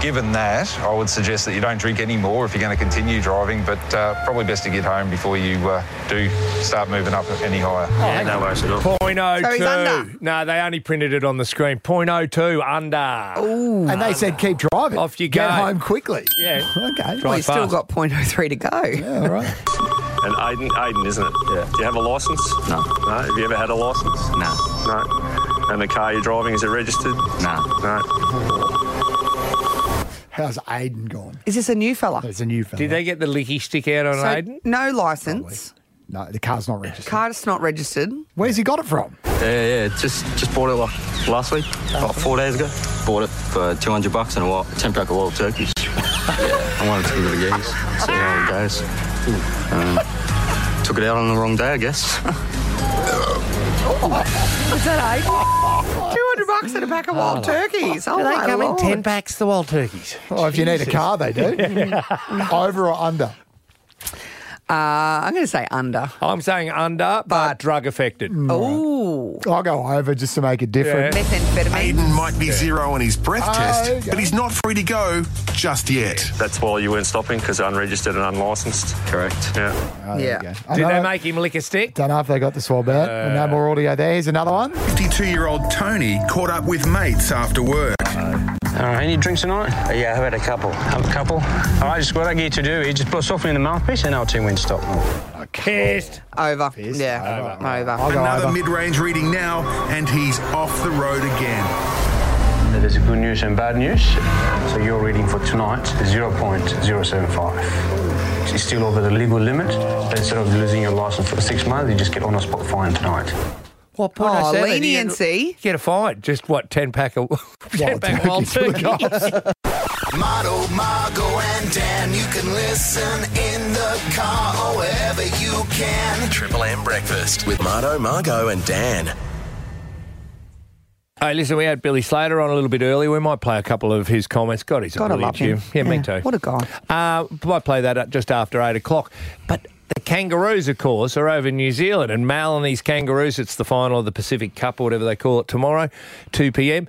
given that, I would suggest that you don't drink anymore if you're going to continue driving. But uh, probably best to get home before you uh, do start moving up any higher.
Yeah, no worries at all.
Point oh
So he's under.
two. No, they only printed it on the screen. Point oh two under.
And they said keep driving.
Off you
Get
go.
home quickly.
Yeah.
Okay.
Well,
Right,
he's still
fast.
got 0.03 to go.
All right.
And Aiden, Aiden, isn't it? Yeah. Do you have a license? No. No. Have you ever had a license? No. No. And the car you're driving is it registered? No. No.
How's Aiden gone?
Is this a new fella?
There's a new fella.
Did they get the licky stick out on
So,
Aiden?
no license.
No, the car's not registered.
Car's not registered.
Where's he got it from?
Yeah, yeah. Just just bought it like last week, oh, four days ago. Bought it for 200 bucks and a wild, 10 pack of wild turkeys. yeah, I wanted to give it a go, see how it goes. Um, took it out on the wrong day, I guess.
Is that eight? 200 bucks and a pack of wild turkeys. Oh, my Lord.
packs, the wild turkeys?
Oh, if you need a car, they do. Over or under?
Uh, I'm going to say under.
I'm saying under, but, drug affected.
Mm. Ooh.
Mm. I'll go over just to make it different.
Methamphetamine.
Aiden might be zero on his breath
Oh,
test,
okay.
but he's not free to go just yet.
That's why you weren't stopping because unregistered and unlicensed.
Correct.
Yeah.
Oh, there
Yeah.
you go. I
Did
don't
they
know-
make him lick a stick? Uh.
Don't know if they got the swab out. no more audio there. Here's another one.
52 year old Tony caught up with mates after work.
Uh, any drinks tonight? yeah, I've had a couple. Have a couple? All right, just what I get you to do, you just put something in the mouthpiece and I'll tell you when to stop.
Kissed.
Over. Yeah. Over.
I'll go
Another
over.
mid range reading now, and he's off the road again.
There's good news and bad news. So your reading for tonight is 0.075. It's still over the legal limit, but instead of losing your license for six months, you just get on a spot fine tonight.
What
Oh,
point? I said it, you get-
leniency.
Get a fine. Just what? Ten pack of ten
Wild
pack of wild
turkey for
turkey.
the
Marto, Margo, and Dan. You can listen in the car or wherever you can. Triple M Breakfast with Marto, Margo, and Dan.
Hey, listen, we had Billy Slater on a little bit earlier. We might play a couple of his comments. God, he's a
Gotta
brilliant
love him.
Jim. Yeah, me too.
What a guy.
Uh, might play that up just after eight o'clock. But the kangaroos, of course, are over in New Zealand, and Mal and these kangaroos. It's the final of the Pacific Cup or whatever they call it tomorrow, two p.m.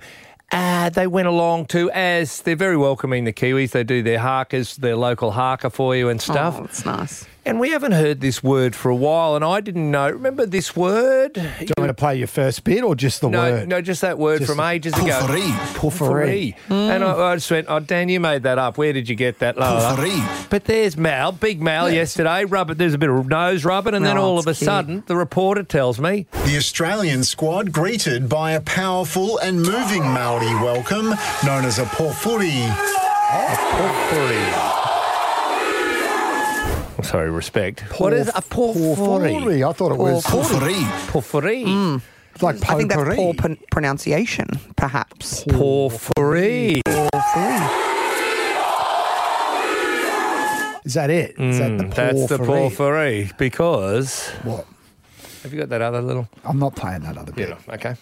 Uh, they went along to as they're very welcoming the Kiwis. They do their harkers, their local harker for you and stuff.
Oh, that's nice.
And we haven't heard this word for a while, and I didn't know. Remember this word?
Do you want me to play your first bit or just the
no,
word?
no, just that word
Just
from ages
Puffery.
ago.
Puffery.
And
Mm.
I, I just went, oh, Dan, you made that up. Where did you get that? La, la, la.
Puffery.
But there's Mal, big Mal yesterday, rubbing, there's a bit of nose rubbing, and then
Oh,
all
it's
of a
cute.
sudden, the reporter tells me,
The Australian squad greeted by a powerful and moving Maori welcome known as a porfuri.
I'm sorry, respect. what is a porphyry?
Porphyry. I thought it was
Porphyry.
Porphyry.
It's like
Mm. I think that's
potpourri.
poor pron- pronunciation, perhaps.
Porphyry.
Is that it? Is that the
That's the Mm,
porphyry?
porphyry because
What?
Have you got that other little?
I'm not playing that other bit.
okay.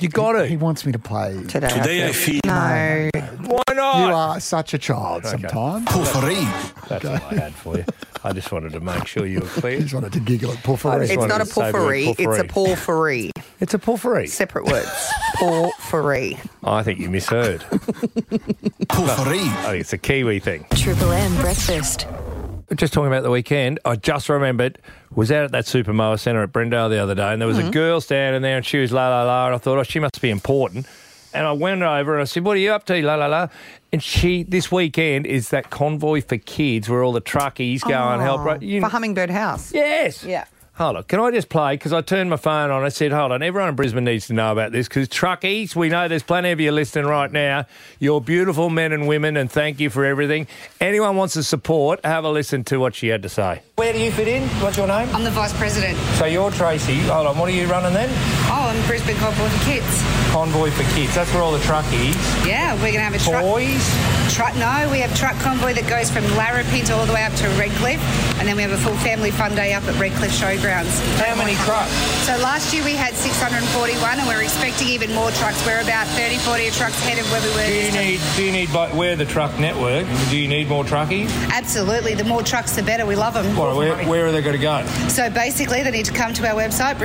You got it.
He wants me to play
Today I Today I feel-
No.
Why not?
You are such a child sometimes.
That's all I had for you. I just wanted to make sure you were clear.
just wanted to giggle at porphyry.
I just
It's
wanted
not a
to say the word
porphyry, it's a
porphyry.
porphyry.
It's a porphyry.
Separate words. porphyry.
I think you misheard. porphyry. I think it's a Kiwi thing.
Triple M breakfast.
Just talking about the weekend, I just remembered was out at that Supermoa Centre at Brendale the other day, and there was a girl standing there, and she was la la la, and I thought, oh, she must be important. And I went over and I said, "What are you up to, la la la?" And she, this weekend is that convoy for kids, where all the truckies go and help.
Oh,
Right, you
for Hummingbird House.
Yes.
Yeah.
Hold on, can I just play? Because I turned my phone on. I said, hold on, everyone in Brisbane needs to know about this because truckies, we know there's plenty of you listening right now. You're beautiful men and women, and thank you for everything. Anyone wants to support, have a listen to what she had to say.
Where do you fit in? What's your name? I'm the Vice President.
So you're Tracy. Hold on, what are you running then?
Oh, I'm Brisbane Convoy for Kids.
Convoy for Kids. That's where all the truckies.
Yeah, we're going to have a truck.
Toys?
Truck, no, we have truck convoy that goes from Larrapinta all the way up to Redcliffe, and then we have a full family fun day up at Redcliffe Showgrounds. How many trucks? So last year we had 641, and we're expecting even more trucks. We're about 30, 40 trucks ahead of where we were.
Do you
this time.
need, do you need, like, we're the truck network. Do you need more truckies?
Absolutely, the more trucks, the better. We love them.
Well, where, where are they going to go?
So basically, they need to come to our website,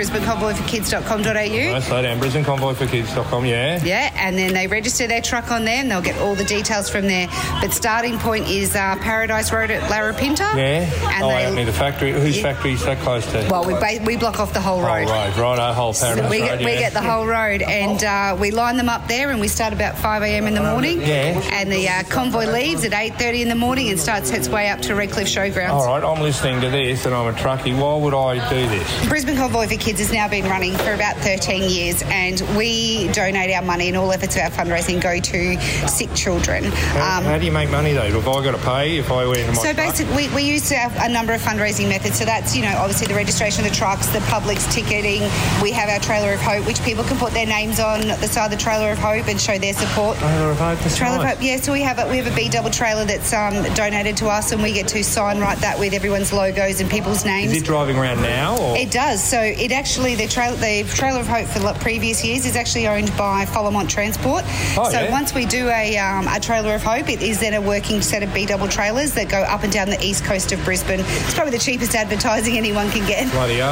brisbaneconvoyforkids.com.au.
Right, slow down. Brisbane Convoy for Kids.com, yeah.
Yeah, and then they register their truck on there and they'll get all the details from there. But starting point is uh, Paradise Road at Larapinta.
Yeah.
And
oh,
they-
out near the factory. Whose
Yeah.
factory is that close to?
Well, we, ba- we block off the whole
Whole
road.
road, right? Our whole
So
Oh, paradise
we,
road.
get, we
yeah.
get the whole road and uh, we line them up there and we start about 5 a.m. in the morning
Yeah.
and the uh, convoy leaves at 8.30 in the morning and starts its way up to Redcliffe Showgrounds.
All right, I'm listening to this and I'm a truckie. Why would I do this?
Brisbane Convoy for Kids has now been running for about 13 years, and we donate our money and all efforts of our fundraising go to sick children. Um,
How, how do you make money though? Have I got to pay if I went into my
so
truck?
basically, we, we use a, a number of fundraising methods. So that's, you know, obviously the registration of the trucks, the public's ticketing. We have our Trailer of Hope, which people can put their names on the side of the Trailer of Hope and show their support.
Trailer of Hope, that's
Trailer
nice.
of Hope, yeah. So we have a, we have a B double trailer that's um, donated to us, and we get to sign right that with everyone's logos and people's names.
Is it driving around now? Or?
It does. So it actually the trail the trailer of hope for the previous years is actually owned by Follamont Transport.
Oh,
so
yeah.
once we do a, um, a trailer of hope, it is then a working set of B double trailers that go up and down the east coast of Brisbane. It's probably the cheapest advertising anyone can get.
Bloody oh.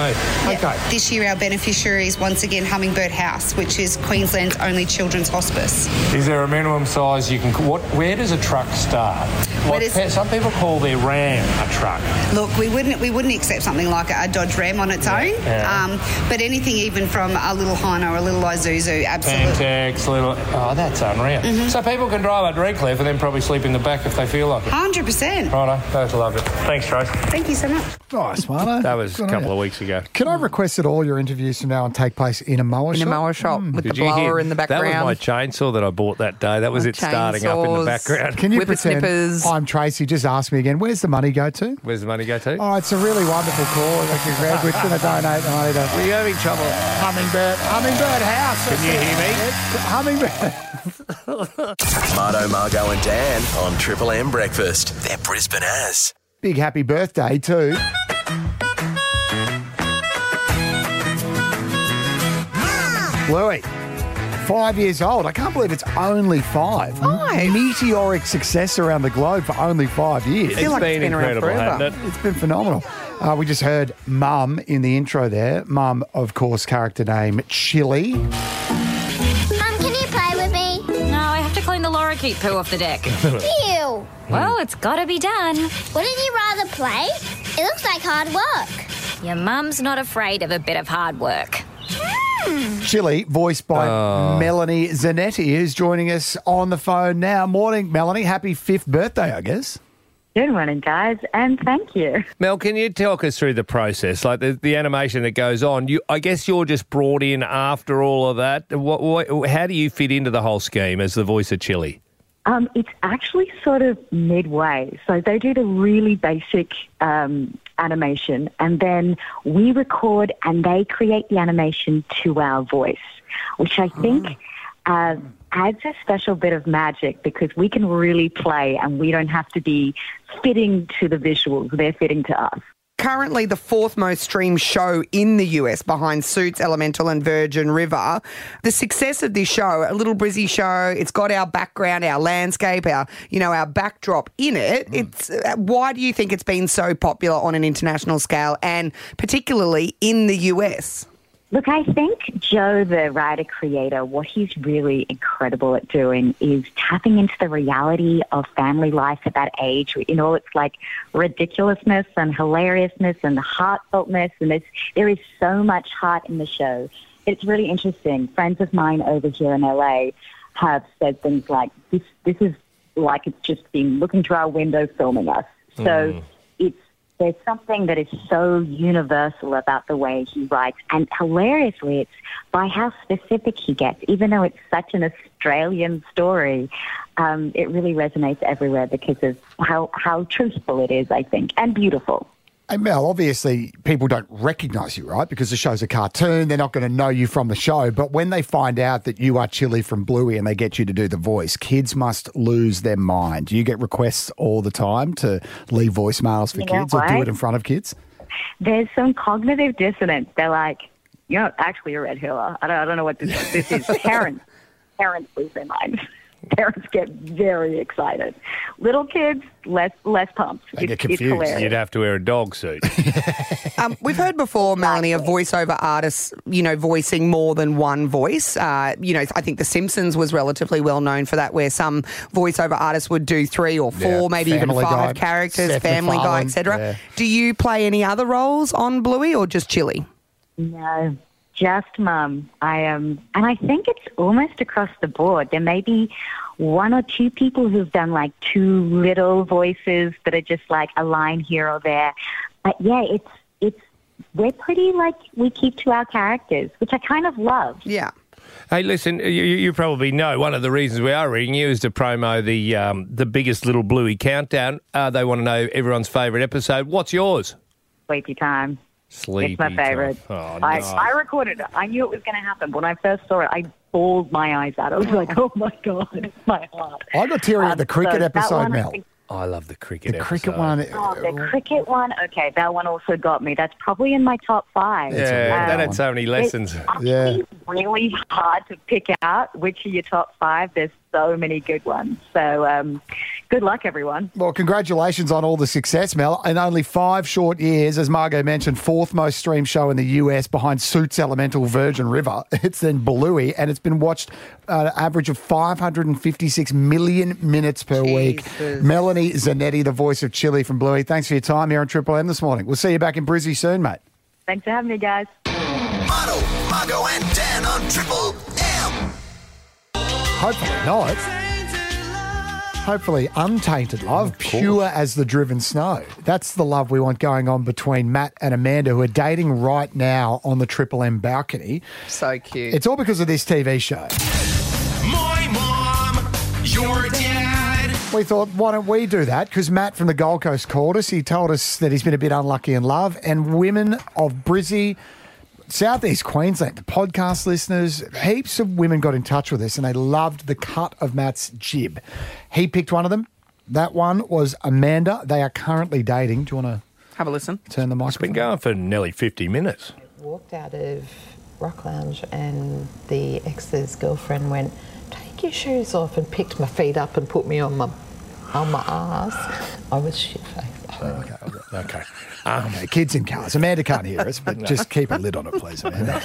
Okay.
This year, our beneficiary is once again Hummingbird House, which is Queensland's only children's hospice.
Is there a minimum size you can? What? Where does a truck start? Like, pe- some people call their ram a truck.
Look, we wouldn't we wouldn't accept something like a Dodge Ram on its own,
yeah.
Um, but anything even from a little Hino or a little Isuzu, absolutely.
Pantex, little. Oh, that's unreal.
Mm-hmm.
So people can drive at Redcliffe and then probably sleep in the back if they feel like it.
Hundred percent.
Righto, that's loved it. Thanks, Trace.
Thank you so much.
Nice, Marlo.
That was a
Good on
couple
you.
of weeks ago.
Can I request that all your interviews from now on take place in a mower
In a
shop? Mm.
mower shop with the
Did you hear-
blower in the background.
That was my chainsaw that I bought that day. That was
My
it starting up in the
chainsaws.
background.
Can you pretend I'm Tracy? Just ask me again. Where's the money go to?
Where's the money go to?
Oh, it's a really wonderful cause. Like a grad, we're going to donate the money to.
We're having trouble.
Hummingbird, Hummingbird House.
Can you hear me?
Hummingbird.
Marto, Margo, and Dan on Triple M Breakfast. They're Brisbane as.
Big happy birthday too. Louis, five years old. I can't believe it's only five. Five. Meteoric success around the globe for only five years.
I feel It's like it's been been around incredible, forever. hasn't it?
It's been phenomenal. Uh, we just heard Mum in the intro there. Mum, of course, character name Chili.
Mum, can you play with me?
No, I have to clean the lorikeet poo off the deck.
Ew.
Well, it's gotta be done.
Wouldn't you rather play? It looks like hard work.
Your mum's not afraid of a bit of hard work.
Chili, voiced by
Oh.
Melanie Zanetti, who's joining us on the phone now. Morning, Melanie. Happy fifth birthday, I guess.
Good morning, guys, and thank you.
Mel, can you talk us through the process, like the, the animation that goes on? You, I guess you're just brought in after all of that. What, what, how do you fit into the whole scheme as the voice of Chili?
Um, it's actually sort of midway. So they do the really basic um, animation, and then we record and they create the animation to our voice, which I think uh, adds a special bit of magic because we can really play and we don't have to be fitting to the visuals, they're fitting to us.
currently the fourth most streamed show in the US behind Suits, Elemental, and Virgin River. The success of this show, a little brizzy show, it's got our background, our landscape, our you know our backdrop in it. It's uh, why do you think it's been so popular on an international scale and particularly in the US?
Look, I think Joe, the writer creator, what he's really incredible at doing is tapping into the reality of family life at that age in all its like ridiculousness and hilariousness and heartfeltness. And there's, there is so much heart in the show. It's really interesting. Friends of mine over here in LA have said things like, this, this is like it's just been looking through our window filming us. So it's there's something that is so universal about the way he writes, and hilariously, it's by how specific he gets. Even though it's such an Australian story, um, it really resonates everywhere because of how how truthful it is, I think, and beautiful.
Hey Mel, obviously people don't recognise you, right? Because the show's a cartoon, they're not going to know you from the show. But when they find out that you are Chili from Bluey and they get you to do the voice, kids must lose their mind. You get requests all the time to leave voicemails for
You know
kids or do
what?
it in front of kids.
There's some cognitive dissonance. They're like, you're not actually a red hiller. I don't, I don't know what this is. This is parents. Parents lose their minds. Parents get very excited. Little kids, less less pumped. It's- it's hilarious.
You'd have to wear a dog suit.
Um, we've heard before, Melanie, of voiceover artists, you know, voicing more than one voice. Uh, you know, I think The Simpsons was relatively well known for that, where some voiceover artists would do three or four,
Yeah,
maybe even
Family
five
Guy,
characters,
Seth
Family Guy,
MacFarlane,
etc.
yeah.
Do you play any other roles on Bluey or just Chili?
No, just mum. I am, and I think it's almost across the board. There may be one or two people who've done like two little voices that are just like a line here or there. But yeah, it's it's we're pretty like we keep to our characters, which I kind of love.
Yeah.
Hey, listen, you, you probably know one of the reasons we are ringing you is to promo the um, the biggest little bluey countdown. Uh, they want to know everyone's favourite episode. What's yours?
Sleepy time.
Sleepy.
it's my favourite.
Time. Oh,
I,
nice.
I recorded it. I knew it was going to happen. When I first saw it, I bawled my eyes out. I was like, oh my God, my heart.
I got teary at the cricket
uh, so that
episode,
one I
Mel.
think-
I love the cricket.
The cricket one.
Oh, the cricket one. Okay, that one also got me. That's probably in my top five.
yeah,
Um,
that had so many lessons.
Yeah.
really hard to pick out which are your top five. There's so many good ones. So, um, good luck, everyone.
Well, congratulations on all the success, Mel. In only five short years, as Margot mentioned, fourth most streamed show in the US behind Suits Elemental Virgin River. It's then Bluey, and it's been watched uh, an average of 556 million minutes per week.
Jesus.
Melanie Zanetti, the voice of Chili from Bluey, thanks for your time here on Triple M this morning. We'll see you back in Brizzy soon, mate.
Thanks for having me, guys.
Otto, Margo, and Dan on Triple M.
Hopefully not. Hopefully, untainted love, pure as the driven snow. That's the love we want going on between Matt and Amanda, who are dating right now on the Triple M balcony.
So cute.
It's all because of this TV show.
My mom, your dad.
We thought, why don't we do that? Because Matt from the Gold Coast called us. He told us that he's been a bit unlucky in love, and women of Brizzy, Southeast Queensland, the podcast listeners, heaps of women got in touch with us, and they loved the cut of Matt's jib. He picked one of them. That one was Amanda. They are currently dating. Do you want
Have a listen.
to turn the mic?
Been going for nearly 50 minutes.
Walked out of Rock Lounge and the ex's girlfriend went, Take your shoes off and picked my feet up and put me on my on my ass. I was shit faced.
Okay. Um, kids in cars. Amanda can't hear us, but just keep a lid on it, please, Amanda.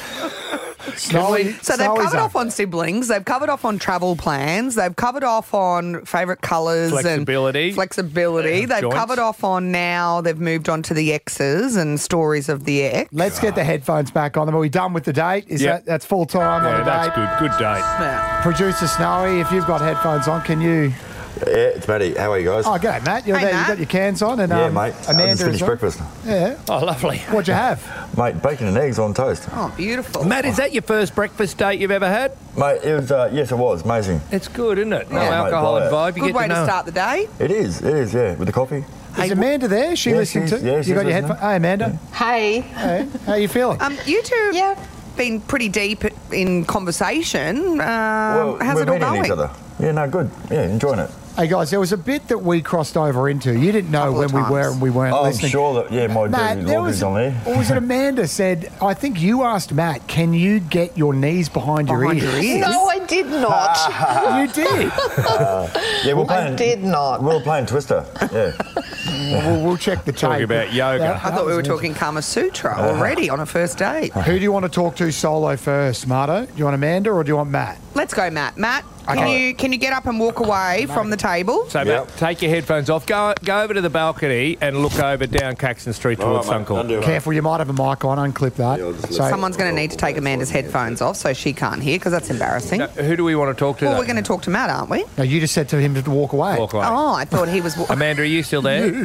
Snowy-
So they've
Snowy's
covered
up.
off on siblings, they've covered off on travel plans, they've covered off on favourite colours
Flexibility.
and flexibility.
Yeah,
they've
joints.
covered off on now, they've moved on to the exes and stories of the ex.
Let's get the headphones back on them. Are we done with the date? Is
Yeah.
that that's full time on
Yeah,
the
that's
date?
good. Good date.
Producer Snowy, if you've got headphones on, can you?
Yeah, it's Matty. How are you guys?
Oh, g'day, Matt. You're
Hey,
there.
Matt.
You got your cans on, and
yeah,
um,
mate. I just
Amanda
finished
as well.
breakfast.
Yeah.
Oh, lovely.
What'd you have?
Mate, bacon and eggs on toast.
Oh, beautiful.
Matt, is that your first breakfast date you've ever had?
Mate, it was, uh, yes, it was. Amazing.
It's good, isn't it? No
Yeah, mate,
alcohol
buy it.
involved. You
Good
get
way to,
to, know.
start the day.
It is, it is, yeah, with the coffee.
Is Amanda there? She
Yeah,
listening
she's-
to?
yeah,
you
she's
got your
listening.
headphones? Hey, Amanda.
Hey.
Hey, how you feeling?
Um, you two have been pretty deep in conversation. Um, how's
we're
it all
meeting
going?
each other. Yeah, no, good. Yeah, enjoying it.
Hey guys, there was a bit that we crossed over into. You didn't know when we were and we weren't
Oh, I'm
listening.
sure that, yeah, my
Matt,
dude
there
Log
was,
is on there.
or was it Amanda said? I think you asked Matt, "Can you get your knees behind,
Behind
your
your
ears?"
ears?
No, I did not.
you did.
Uh, yeah, we're playing.
did not.
We were playing Twister. Yeah.
we'll, we'll check the
Talking
tape.
about yoga.
I thought we were talking Kama Sutra
Uh,
Uh-huh.
already on a first date.
Who do you want to talk to solo first, Marto? Do you want Amanda or do you want Matt?
Let's go, Matt. Matt, can
Okay.
you can you get up and walk away from the table?
So, mate, take your headphones off. Go go over to the balcony and look over down Caxton Street towards
right, mate,
Suncorp.
I'll do it.
Careful, you might have a mic on. Unclip that. So-
Someone's going to need to take Amanda's headphones off so she can't hear because that's embarrassing.
who do we want to talk to?
Well,
though?
we're going to talk to Matt, aren't we?
No, you just said to him to walk away.
Walk away.
Oh, I thought he was. wa-
Amanda, are you still there?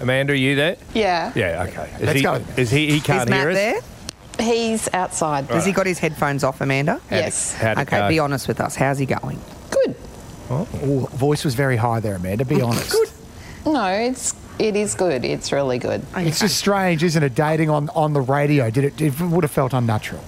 Amanda, are you there?
Yeah.
Yeah. Okay. Is
Let's
he,
go.
Is he? He
Is
can't
Matt
hear us.
there?
He's outside.
Has he got his headphones off, Amanda?
How'd it- Yes. how'd it
okay,
go?
be honest with us. How's he going?
Oh. voice was very high there, Amanda. Be honest.
No, it's it is good. It's really good.
It's just strange, isn't it? Dating on, on the radio. Did it? It would have felt unnatural.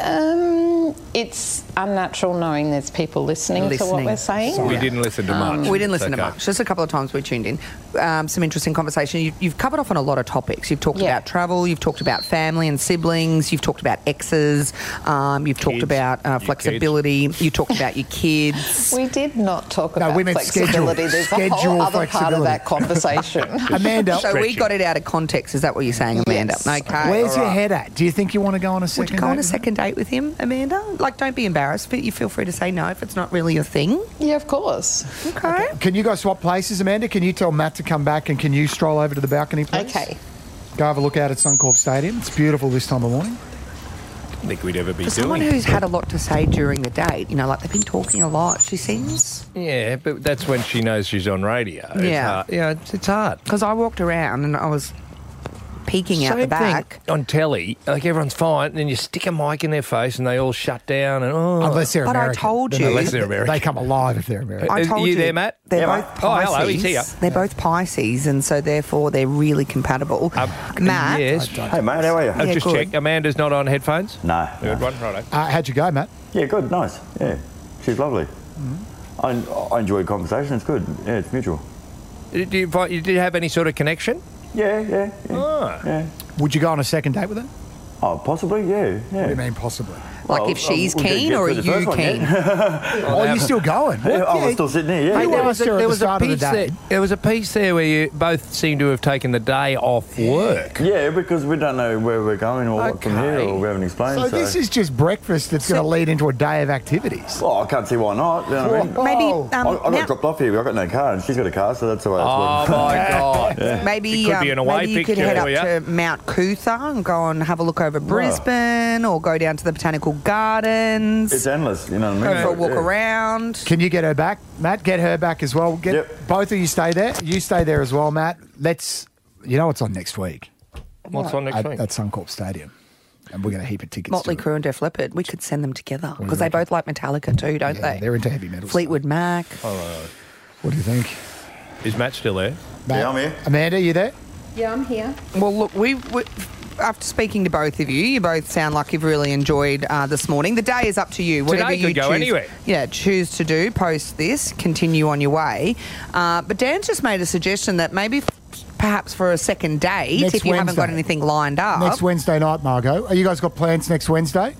Um, it's unnatural knowing there's people listening, to what
Listening. Um,
we're saying.
We didn't listen to much.
We didn't
It's
listen
okay.
to much. Just a couple of times we tuned in. Um, some interesting conversation. You, you've covered off on a lot of topics. You've talked about travel. You've talked about family and siblings. You've talked about exes. Um, you've talked
Kids.
about uh, flexibility. You talked about your kids.
We did not talk
No,
about
we meant schedule.
flexibility. There's a
Schedule
whole other part of
flexibility.
that conversation.
Amanda. So we got it out of context. Is that what you're saying, Amanda? Okay.
Where's your
alright.
head at? Do you think you want to go on a second?
Would you go on
date
a
with
second date with him, Amanda? Like, don't be embarrassed, but you feel free to say no if it's not really your thing.
Yeah, of course.
Okay.
him? Can you guys swap places, Amanda? Can you tell Matt to come back and can you stroll over to the balcony, please?
Okay.
Go have a look out at Suncorp Stadium. It's beautiful this time of morning.
I didn't think we'd ever be
For
doing.
someone who's had a lot to say during the date, you know, like they've been talking a lot, she seems.
Yeah, but that's when she knows she's on radio. It's
yeah.
hard. Yeah, it's, it's hard.
Because I walked around and I was peeking out
Same
the back.
thing on telly. Like everyone's fine, and then you stick a mic in their face, and they all shut down. And oh,
Unless they're
But I
American.
told
Then
you-
they-
Unless they're
They
American.
come alive if they're American.
I
Is-
told
you
you,
there, Matt?
They're
Yeah,
both
mate. Oh,
Pisces.
hello, he's here.
They're both Pisces, and so therefore they're really compatible. Matt,
Um, Yes.
Hey, mate, how are you?
I've
Yeah,
just
good.
checked. Amanda's not on headphones.
No.
Good one, righto.
Uh, how'd you go, Matt?
Yeah, good, nice. Yeah, she's lovely.
Mm-hmm.
I, I enjoy conversation. It's good. Yeah, it's mutual.
Did you, find, you did have any sort of connection?
Yeah, yeah, yeah.
Ah.
yeah.
Would you go on a second date with her?
Oh, possibly. Yeah, yeah.
What do you mean possibly?
like
Well,
if she's
we didn't
keen
get
or are
through the
you
first one yet.
keen?
Oh, you still going?
Yeah, I
What?
was still sitting here. Yeah.
Hey,
yeah.
there was- Sure, at the
there was a
start of the
piece
day.
there. There was a piece there where you both seem to have taken the day off work.
Yeah, because we don't know where we're going or what from here, or we haven't explained.
So,
So,
this is just breakfast that's going to lead into a day of activities.
Well, I can't see why not. You know what I mean?
Maybe, um,
Oh, I, I got
now-
dropped off here. I got no car, and she's got a car, so that's the way it's
Oh
working.
my god!
Maybe,
It could
um,
be an away
maybe you could
picture
head up
for ya.
to Mount Cootha and go and have a look over Brisbane or go down to the Botanical Gardens,
It's endless. You know what I
go
mean?
for a walk
Yeah.
around.
Can you get her back, Matt? Get her back as well. Get both of you stay there. You stay there as well, Matt. Let's. You know what's on next week?
What's on next
at,
week?
At Suncorp Stadium, and we're going to heap of tickets.
Motley
to it.
Crue and Def Leppard, we could send them together because they both like Metallica too, don't
Mm. Yeah,
they?
they're into heavy metal.
Fleetwood Mac.
What do you think?
Is Matt still there?
Matt?
I'm here.
Amanda, you there?
Yeah, I'm here.
Well, look, we, we after speaking to both of you, you both sound like you've really enjoyed uh, this morning. The day is up to you. Whatever
Today could
you
go
choose,
anywhere.
Yeah, choose to do. Post this. Continue on your way. Uh, but Dan's just made a suggestion that maybe. f- Perhaps for a second date,
Next
if you haven't got
Wednesday.
anything lined up.
Next Wednesday night, Margot. Are you guys got plans next Wednesday?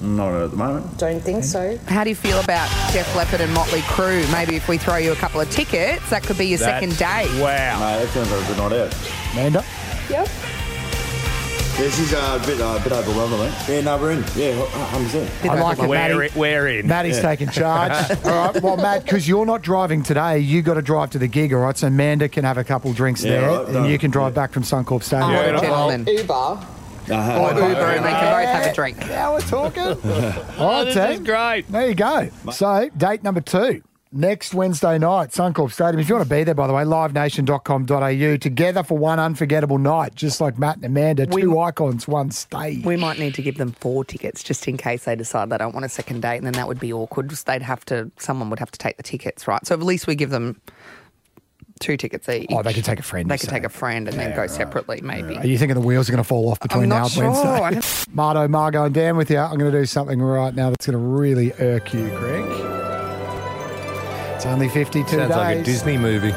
Not at the moment.
Don't think so.
How do you feel about Def Leppard and Motley Crue? Maybe if we throw you a couple of tickets, that could be your
That-
second date.
No,
Wow.
that sounds like a good night out.
Amanda.
Yep.
Yeah, she's uh, a bit, uh, a bit overwhelmed, I think. Yeah, no, we're in. Yeah, hu- 100%.
I like it,
We're,
Matty.
in- we're in.
Maddie's taking charge. all right. Well, Matt, because you're not driving today, you got to drive to the gig, all right? So Amanda can have a couple drinks
Yeah, Oh,
there,
all right,
and
done.
you can drive back from Suncorp Stadium.
Oh,
Yeah, Alright, gentlemen.
Uber.
Uh-huh.
Or Uber, and they can both have
Yeah.
a drink.
Now we're talking.
Oh,
All
this
right,
is
team.
great.
There you go. So, date number two. Next Wednesday night, Suncorp Stadium. If you want to be there, by the way, livenation.com.au. Together for one unforgettable night, just like Matt and Amanda, two icons, one stage.
We might need to give them four tickets just in case they decide they don't want a second date, and then that would be awkward. Just They'd have to, someone would have to take the tickets, right? So at least we give them two tickets each.
Oh, they could take a friend,
They
you
could
say.
take a friend and then go separately, maybe.
Are you thinking the wheels are going to fall off between
I'm
now
not
and
sure. I
Wednesday?
don't-
Mardo, Margo, and Dan with you. I'm going to do something right now that's going to really irk you, Greg. It's It's only 52
Sounds
days.
like a Disney movie.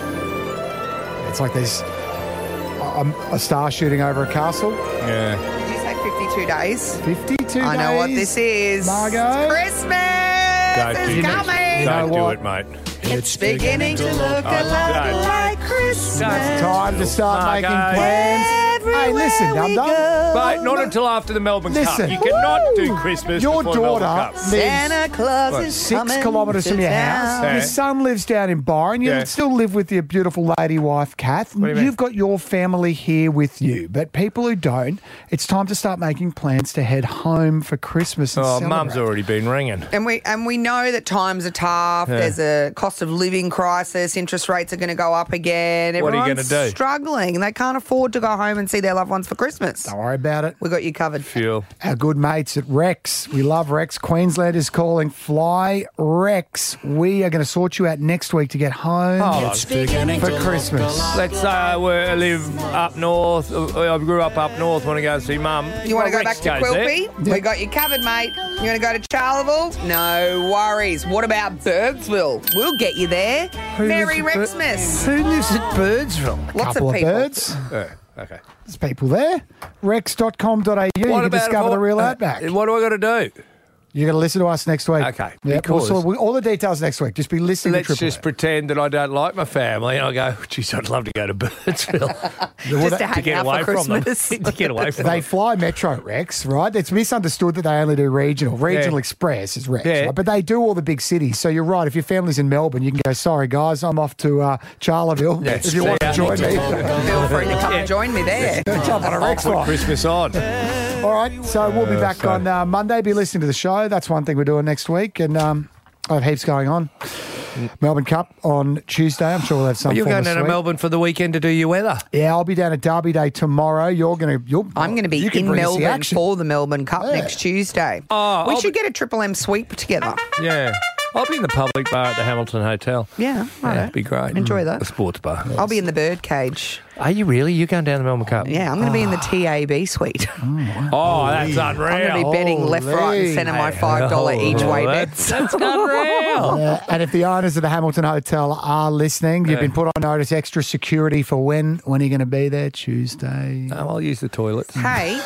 It's like there's a, a star shooting over a castle.
Yeah.
Did you say 52 days?
52
I know what
days,
this is.
Margot.
It's Christmas
Don't
is
do
coming.
it. Don't do it, mate.
It's beginning to look a lot like Christmas.
Time to start
Ah,
making plans. Hey, listen, Dum Dum.
But not until after the Melbourne
Listen.
Cup. You cannot do Christmas
Your
before the Melbourne Cup.
daughter
Santa Claus
What,
is
six
coming
kilometres
to
from your
town.
house. Your son lives down in Byron. You
Yeah.
still live with your beautiful lady wife, Kath.
What do you mean?
have got your family here with you, but people who don't, it's time to start making plans to head home for Christmas. And
Oh,
celebrate.
mum's already been ringing.
And we and we know that times are tough.
Yeah.
There's a cost of living crisis. Interest rates are going to go up again.
What are you gonna
Everyone's
do?
Struggling, and they can't afford to go home and see their loved ones for Christmas. Don't
worry about it.
We got you covered.
Fuel.
Our good mates at Rex. We love Rex. Queensland is calling Fly Rex. We are going to sort you out next week to get home
Oh,
for Christmas.
Let's say I were- I live up north. uh, I grew up up north. Want to go and see mum?
You want to
Well,
go back
Rex
to
goes there.
Quilpie? We got you covered, mate. You want to go to Charleville? No worries. What about Birdsville? We'll get you there. Merry
lives at Bir-
Rexmas.
Who lives at Birdsville? A
Lots of
couple of,
people.
birds.
Yeah, Uh, okay.
There's people there. Rex.com.au. You can
about
discover
if I-
the real
uh,
outback.
What do I got to do?
You're going to listen to us next week.
Okay,
Yeah,
because-
also, we, all the details next week. Just be listening
Let's
to Triple
just pretend that I don't like my family, and I go, "Geez, I'd love to go to Birdsville
Just to hang
get
out for
away from them."
Christmas.
to get away
M.
from
They
them.
fly Metro Rex, right? It's misunderstood that they only do regional. Regional
Yeah.
Express is Rex,
Yeah.
right? but they do all the big cities. So you're right. If your family's in Melbourne, you can go. Sorry, guys, I'm off to uh, Charleville.
Yeah,
if you want to
see
join
ya.
me,
Feel free to come and join me there.
jump on a
I'll
Rex
put
flight.
Christmas on.
All right, so we'll be
Uh,
back
so-
on uh, Monday. Be listening to the show. That's one thing we're doing next week, and um, I have heaps going on. Melbourne Cup on Tuesday. I'm sure we'll have some.
Well, you're
form
going
of
down to
sweep.
Melbourne for the weekend to do your weather.
Yeah, I'll be down at Derby Day tomorrow. You're gonna. You're,
I'm going to be
you can
in
bring us the
Melbourne
action.
for the Melbourne Cup next Tuesday.
Oh,
we
I'll
should get a Triple M sweep together.
Yeah, I'll be in the public bar at the Hamilton Hotel.
Yeah,
Yeah,
righto.
it'd be great. Mm.
Enjoy that.
The sports bar.
I'll be in the bird cage.
Are you really? You're going down the Melbourne Cup? Ah.
Yeah, I'm going to be in the TAB suite.
Oh, that's unreal.
I'm going to be betting left, right, and centre my $5 each way bets.
That's unreal.
Yeah, and if the owners of the Hamilton Hotel are listening, you've
Yeah.
been put on notice. Extra security for when? When are you going to be there? Tuesday.
Um, I'll use the toilets.
Hey,